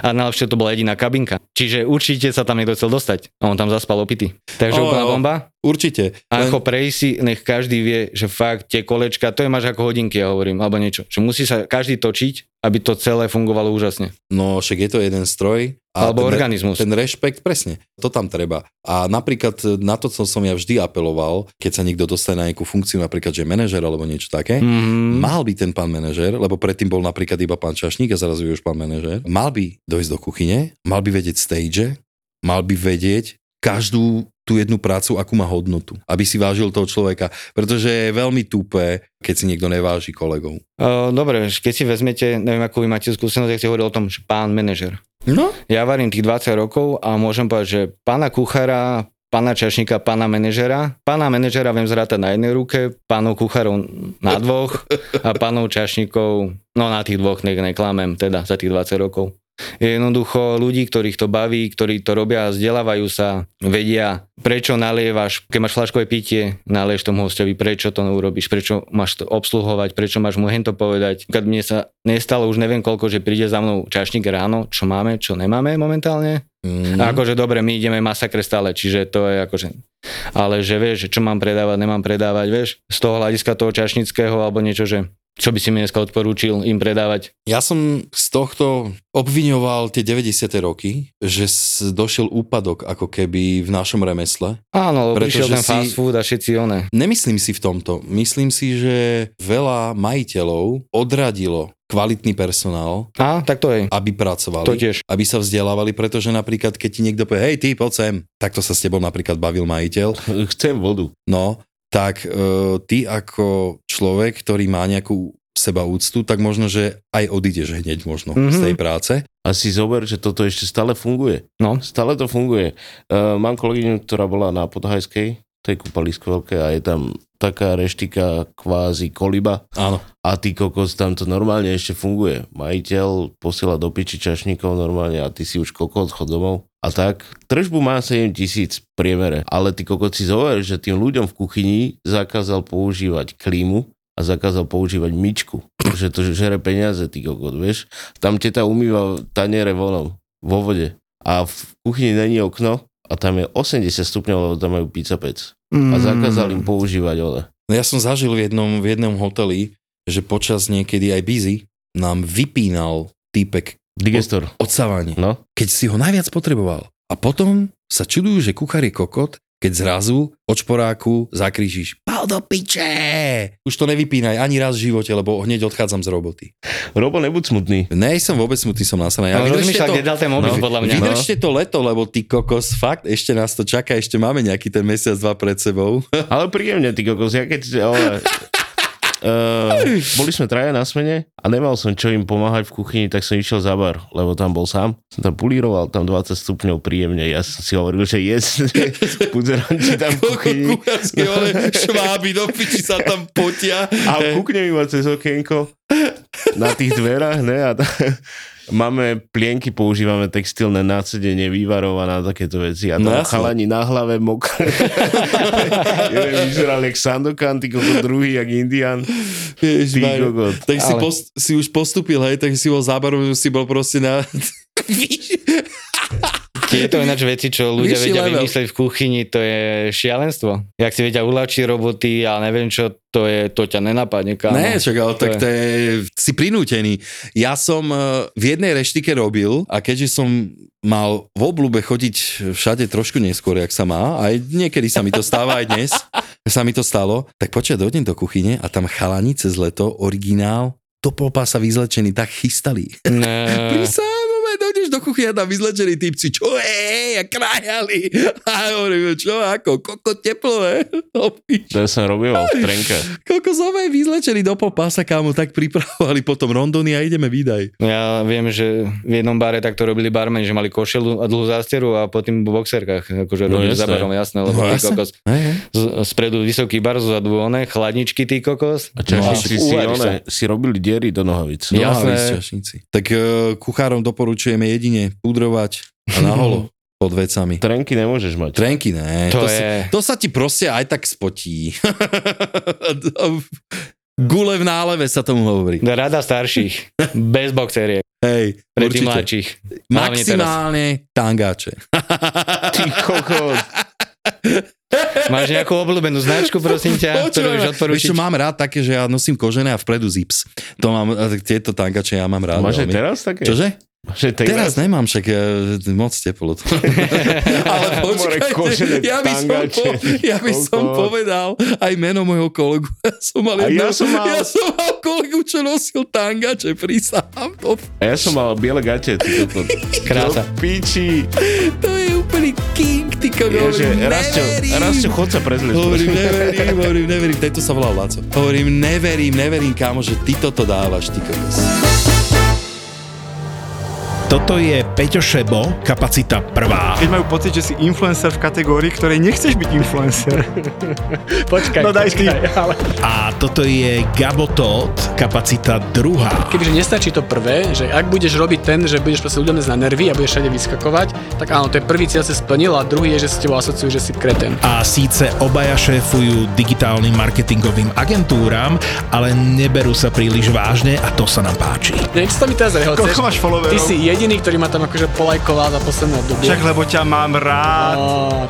[SPEAKER 4] A najlepšie to bola jediná kabinka. Čiže určite sa tam niekto chcel dostať. A on tam zaspal opity. Takže
[SPEAKER 2] O,
[SPEAKER 4] úplná
[SPEAKER 2] jo.
[SPEAKER 4] bomba.
[SPEAKER 2] Určite.
[SPEAKER 4] A ako prejsť si, nech každý vie, že fakt tie kolečka, to je máš ako hodinky, ja hovorím, alebo niečo. Že musí sa každý točiť, aby to celé fungovalo úžasne.
[SPEAKER 2] No, však je to jeden stroj. a
[SPEAKER 4] alebo
[SPEAKER 2] ten-
[SPEAKER 4] organizmus.
[SPEAKER 2] Ten rešpekt, presne, to tam treba. A napríklad e, na to, co som ja vždy apeloval, keď sa niekto dostane na nejakú funkciu, napríklad, že manažer alebo niečo také, mm.
[SPEAKER 4] Mhm.
[SPEAKER 2] mal by ten pán manažer, lebo predtým bol napríklad iba pán Čašník a zrazu je už pán manažer, mal by dojsť do kuchyne, mal by vedieť stage, mal by vedieť každú tú jednu prácu, akú má hodnotu, aby si vážil toho človeka, pretože je veľmi tupé, keď si niekto neváži kolegov.
[SPEAKER 4] O, Eh, Dobre, keď si vezmete, neviem, akú vy máte skúsenosť, ak ste hovorili o tom, že pán manažer.
[SPEAKER 2] No,
[SPEAKER 4] Ja varím tých 20 rokov a môžem povedať, že pána kuchára, pána čašníka, pána manažera. Pána manažera viem zrátať na jednej ruke, pánov kuchárov na dvoch a pánov čašníkov, no na tých dvoch nech neklamem, teda za tých 20 rokov. Je jednoducho ľudí, ktorých to baví, ktorí to robia, vzdelávajú sa, vedia, prečo nalievaš, keď máš flaškové pitie, nalieš tomu hostovi, prečo to urobíš, prečo máš to obsluhovať, prečo máš mu hento povedať. Keď mne sa nestalo už neviem koľko, že príde za mnou čašník ráno, čo máme, čo nemáme momentálne.
[SPEAKER 2] mm,
[SPEAKER 4] Mm. Akože dobre, my ideme masakre stále, čiže to je akože... Ale že vieš, čo mám predávať, nemám predávať, vieš, z toho hľadiska toho čašnického alebo niečo, že čo by si mi dneska odporúčil im predávať.
[SPEAKER 2] Ja som z tohto obviňoval tie 90. roky, že s- došiel úpadok ako keby v našom remesle.
[SPEAKER 4] Áno, lebo
[SPEAKER 2] Pretože
[SPEAKER 4] prišiel ten
[SPEAKER 2] si-
[SPEAKER 4] fast food a všetci one.
[SPEAKER 2] Nemyslím si v tomto. Myslím si, že veľa majiteľov odradilo kvalitný personál,
[SPEAKER 4] A, tak to je.
[SPEAKER 2] aby
[SPEAKER 4] To
[SPEAKER 2] pracovali,
[SPEAKER 4] tiež.
[SPEAKER 2] aby sa vzdelávali, pretože napríklad, keď ti niekto povie, hej, ty, poď sem, takto sa s tebou napríklad bavil majiteľ,
[SPEAKER 3] Chcem vodu.
[SPEAKER 2] No, tak e, ty ako človek, ktorý má nejakú seba úctu, tak možno, že aj odídeš hneď možno mm-hmm. z
[SPEAKER 4] Mhm.
[SPEAKER 2] tej práce.
[SPEAKER 3] A si zober, že toto ešte stále funguje.
[SPEAKER 4] No.
[SPEAKER 3] Stále to funguje. Uh, mám kolegyňu, ktorá bola na Podhajskej, to je kúpalisko veľké a je tam taká reštika kvázi koliba
[SPEAKER 2] Áno.
[SPEAKER 3] a ty kokos tam to normálne ešte funguje. Majiteľ posiela do piči čašníkov normálne a ty si už kokos chod domov. A tak, tržbu má 7 tisíc v priemere, ale ty kokot si zover, že tým ľuďom v kuchyni zakázal používať klímu a zakázal používať myčku, že to žere peniaze, ty kokot, vieš. Tam teta umýva taniere vonom, vo vode. A v kuchyni není okno a tam je 80 stupňov, lebo tam majú pizza pec. A zakázal im používať ole.
[SPEAKER 2] No ja som zažil v jednom, v jednom hoteli, že počas niekedy aj busy nám vypínal týpek
[SPEAKER 3] Digestor,
[SPEAKER 2] odsávanie,
[SPEAKER 3] no.
[SPEAKER 2] keď si ho najviac potreboval. A potom sa čudujú, že kuchár je kokot, keď zrazu od šporáku zakričíš Pal do piče! Už to nevypínaj ani raz v živote, lebo hneď odchádzam z roboty.
[SPEAKER 3] Robo, nebuď smutný.
[SPEAKER 2] Ne, som vôbec smutný, som nasraný.
[SPEAKER 4] Ja
[SPEAKER 2] A vydržte
[SPEAKER 4] rozmýšľam,
[SPEAKER 2] to,
[SPEAKER 4] kde dal ten mobil,
[SPEAKER 3] No.
[SPEAKER 4] podľa mňa. No.
[SPEAKER 2] vydržte to leto, lebo ty kokos, fakt, ešte nás to čaká, ešte máme nejaký ten mesiac, dva pred sebou.
[SPEAKER 3] Ale príjemne, ty kokos, ja keď... Ale... Uh, boli sme traja na smene a nemal som čo im pomáhať v kuchyni, tak som išiel za bar, lebo tam bol sám. Som tam pulíroval, tam 20 stupňov príjemne. Ja som si hovoril, že yes, pudzeranti tam v kuchyni.
[SPEAKER 2] Kuchárske, ale šváby do piči sa tam potia.
[SPEAKER 3] A kúknem iba cez okienko na tých dverách, ne? A t- *laughs* máme plienky, používame textilné na sedenie vývarov a na takéto veci. A tam
[SPEAKER 2] No
[SPEAKER 3] no,
[SPEAKER 2] jasné.
[SPEAKER 3] chalani na hlave mokré. *laughs* Jeden vyzeral jak Sandokan, ty kokot, druhý jak Indian. Ty
[SPEAKER 2] Ježišmarja.
[SPEAKER 3] kokot.
[SPEAKER 2] Tak si,
[SPEAKER 4] Ale-
[SPEAKER 2] post, si už postupil, hej, tak si bol zábaru, si bol proste na... *laughs* Víš?
[SPEAKER 4] Je to ináč veci, čo ľudia
[SPEAKER 2] Vyšší
[SPEAKER 4] vedia
[SPEAKER 2] level.
[SPEAKER 4] vymyslieť v kuchyni, to je šialenstvo. Jak si vedia uľahčiť roboty a neviem čo, to, je, to ťa nenapadne, kámo.
[SPEAKER 2] Ne, čak, ale
[SPEAKER 4] To
[SPEAKER 2] tak
[SPEAKER 4] je-
[SPEAKER 2] to je, si prinútený. Ja som eh, v jednej reštike robil a keďže som mal v oblúbe chodiť všade trošku neskôr, jak sa má, aj niekedy sa mi to stáva aj dnes, *laughs* sa mi to stalo, tak počkaj, dojdem do kuchyne a tam chalani cez leto, originál, do popasa vyzlečený, tak chystali.
[SPEAKER 4] Ne.
[SPEAKER 2] Pri samom aj dojdeš do kuchyne a tam vyzlečení typci, čo je, a krajali. A ja hovorím, "No čo, ako, koko *laughs* teplé.
[SPEAKER 3] To som robil v trenke.
[SPEAKER 2] Koľko zové vyzlečení do popasa, kámo, tak pripravovali potom rondony a ideme výdaj.
[SPEAKER 4] Ja viem, že v jednom bare takto robili barmeni, že mali košelu a dlhú zásteru a potom v boxerkách, akože
[SPEAKER 3] No
[SPEAKER 4] robili za
[SPEAKER 3] jasné.
[SPEAKER 4] barom, jasné, lebo
[SPEAKER 2] No
[SPEAKER 4] ty
[SPEAKER 2] jasné.
[SPEAKER 4] kokos. Z, spredu vysoký bar, zo zadu one, chladničky ty kokos.
[SPEAKER 3] A čašníci
[SPEAKER 4] No,
[SPEAKER 3] si,
[SPEAKER 4] uvaríš
[SPEAKER 3] one, si robili diery do nohavic.
[SPEAKER 2] No,
[SPEAKER 4] Ja. Jasné.
[SPEAKER 2] Tak e, kuchárom doporučujeme jedine pudrovať a *laughs* naholo pod vecami.
[SPEAKER 3] Trenky nemôžeš mať.
[SPEAKER 2] Trenky ne.
[SPEAKER 4] To
[SPEAKER 2] si-
[SPEAKER 4] je-
[SPEAKER 2] to sa ti proste aj tak spotí. *laughs* Gule v náleve sa tomu hovorí.
[SPEAKER 4] Rada starších,
[SPEAKER 2] *laughs*
[SPEAKER 4] bez boxeriek,
[SPEAKER 2] Hej,
[SPEAKER 4] pre tých
[SPEAKER 2] určite.
[SPEAKER 4] mladších. Hlavne teraz.
[SPEAKER 2] Maximálne tangáče.
[SPEAKER 3] Ty kokot.
[SPEAKER 4] Máš nejakú obľúbenú značku, prosím ťa, ktorú
[SPEAKER 2] Počúvaj
[SPEAKER 4] už
[SPEAKER 2] ma. Vieš
[SPEAKER 4] odporúčiť?
[SPEAKER 2] čo, mám rád také, že ja nosím kožené a vpredu zips. To mám, a tieto tangače ja mám rád.
[SPEAKER 3] Máš aj
[SPEAKER 2] veľmi.
[SPEAKER 3] teraz také?
[SPEAKER 2] Čože?
[SPEAKER 3] Máš aj teraz?
[SPEAKER 2] Teraz nemám, však e, moc teplo
[SPEAKER 3] *laughs*
[SPEAKER 2] to. Ale
[SPEAKER 3] More
[SPEAKER 2] počkajte,
[SPEAKER 3] kožené
[SPEAKER 2] ja by, som
[SPEAKER 3] tangače.
[SPEAKER 2] po, ja by som
[SPEAKER 3] Kokot.
[SPEAKER 2] povedal aj meno môjho kolegu. Ja som mal,
[SPEAKER 3] A ja
[SPEAKER 2] jedného-
[SPEAKER 3] som mal-
[SPEAKER 2] ja som mal kolegu, čo nosil tangače, prísahám. To,
[SPEAKER 3] A ja som mal biele gate. Ty kokot.
[SPEAKER 4] Krása.
[SPEAKER 3] Do Piči.
[SPEAKER 2] to je úplný king, ty kokos.
[SPEAKER 3] Ježe, Rasťo,
[SPEAKER 2] neverím.
[SPEAKER 3] Rasťo, chod sa prezliec.
[SPEAKER 2] Hovorím, neverím, hovorím, neverím. Tejto sa volal Laco. Hovorím, neverím, neverím, kámo, že ty toto dávaš, ty kokos.
[SPEAKER 5] Toto je Peťo Šebo, kapacita prvá.
[SPEAKER 6] Keď majú pocit, že si influencer v kategórii, ktorej nechceš byť
[SPEAKER 7] *laughs*
[SPEAKER 6] influencer.
[SPEAKER 7] Počkaj,
[SPEAKER 6] No daj
[SPEAKER 7] počkaj, ale...
[SPEAKER 5] A toto je Gabo Todd, kapacita druhá.
[SPEAKER 7] Kebyže nestačí to prvé, že ak budeš robiť ten, že budeš proste ľuďom ísť na nervy a budeš všade vyskakovať, tak áno, ten prvý cieľ si splnil a druhý je, že si tebou asociujú, že si kreten.
[SPEAKER 5] A síce obaja šéfujú digitálnym marketingovým agentúram, ale neberú sa príliš vážne a to sa nám páči.
[SPEAKER 7] Nech sa mi teraz
[SPEAKER 6] Koľko
[SPEAKER 7] rehoceš.
[SPEAKER 6] máš followerov?
[SPEAKER 7] Ty si jediný, ktorý ma tam akože polajkoval za posledné obdobie.
[SPEAKER 6] Však lebo ťa mám rád.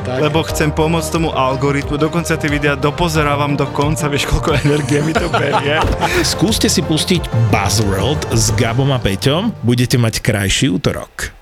[SPEAKER 7] Á, tak.
[SPEAKER 6] Lebo chcem pomôcť tomu algoritmu, dokonca tie videá dopozerávam do konca, vieš koľko *laughs* energie mi to berie.
[SPEAKER 5] Skúste si pustiť Buzzworld s Gabom a Peťom, budete mať krajší útorok.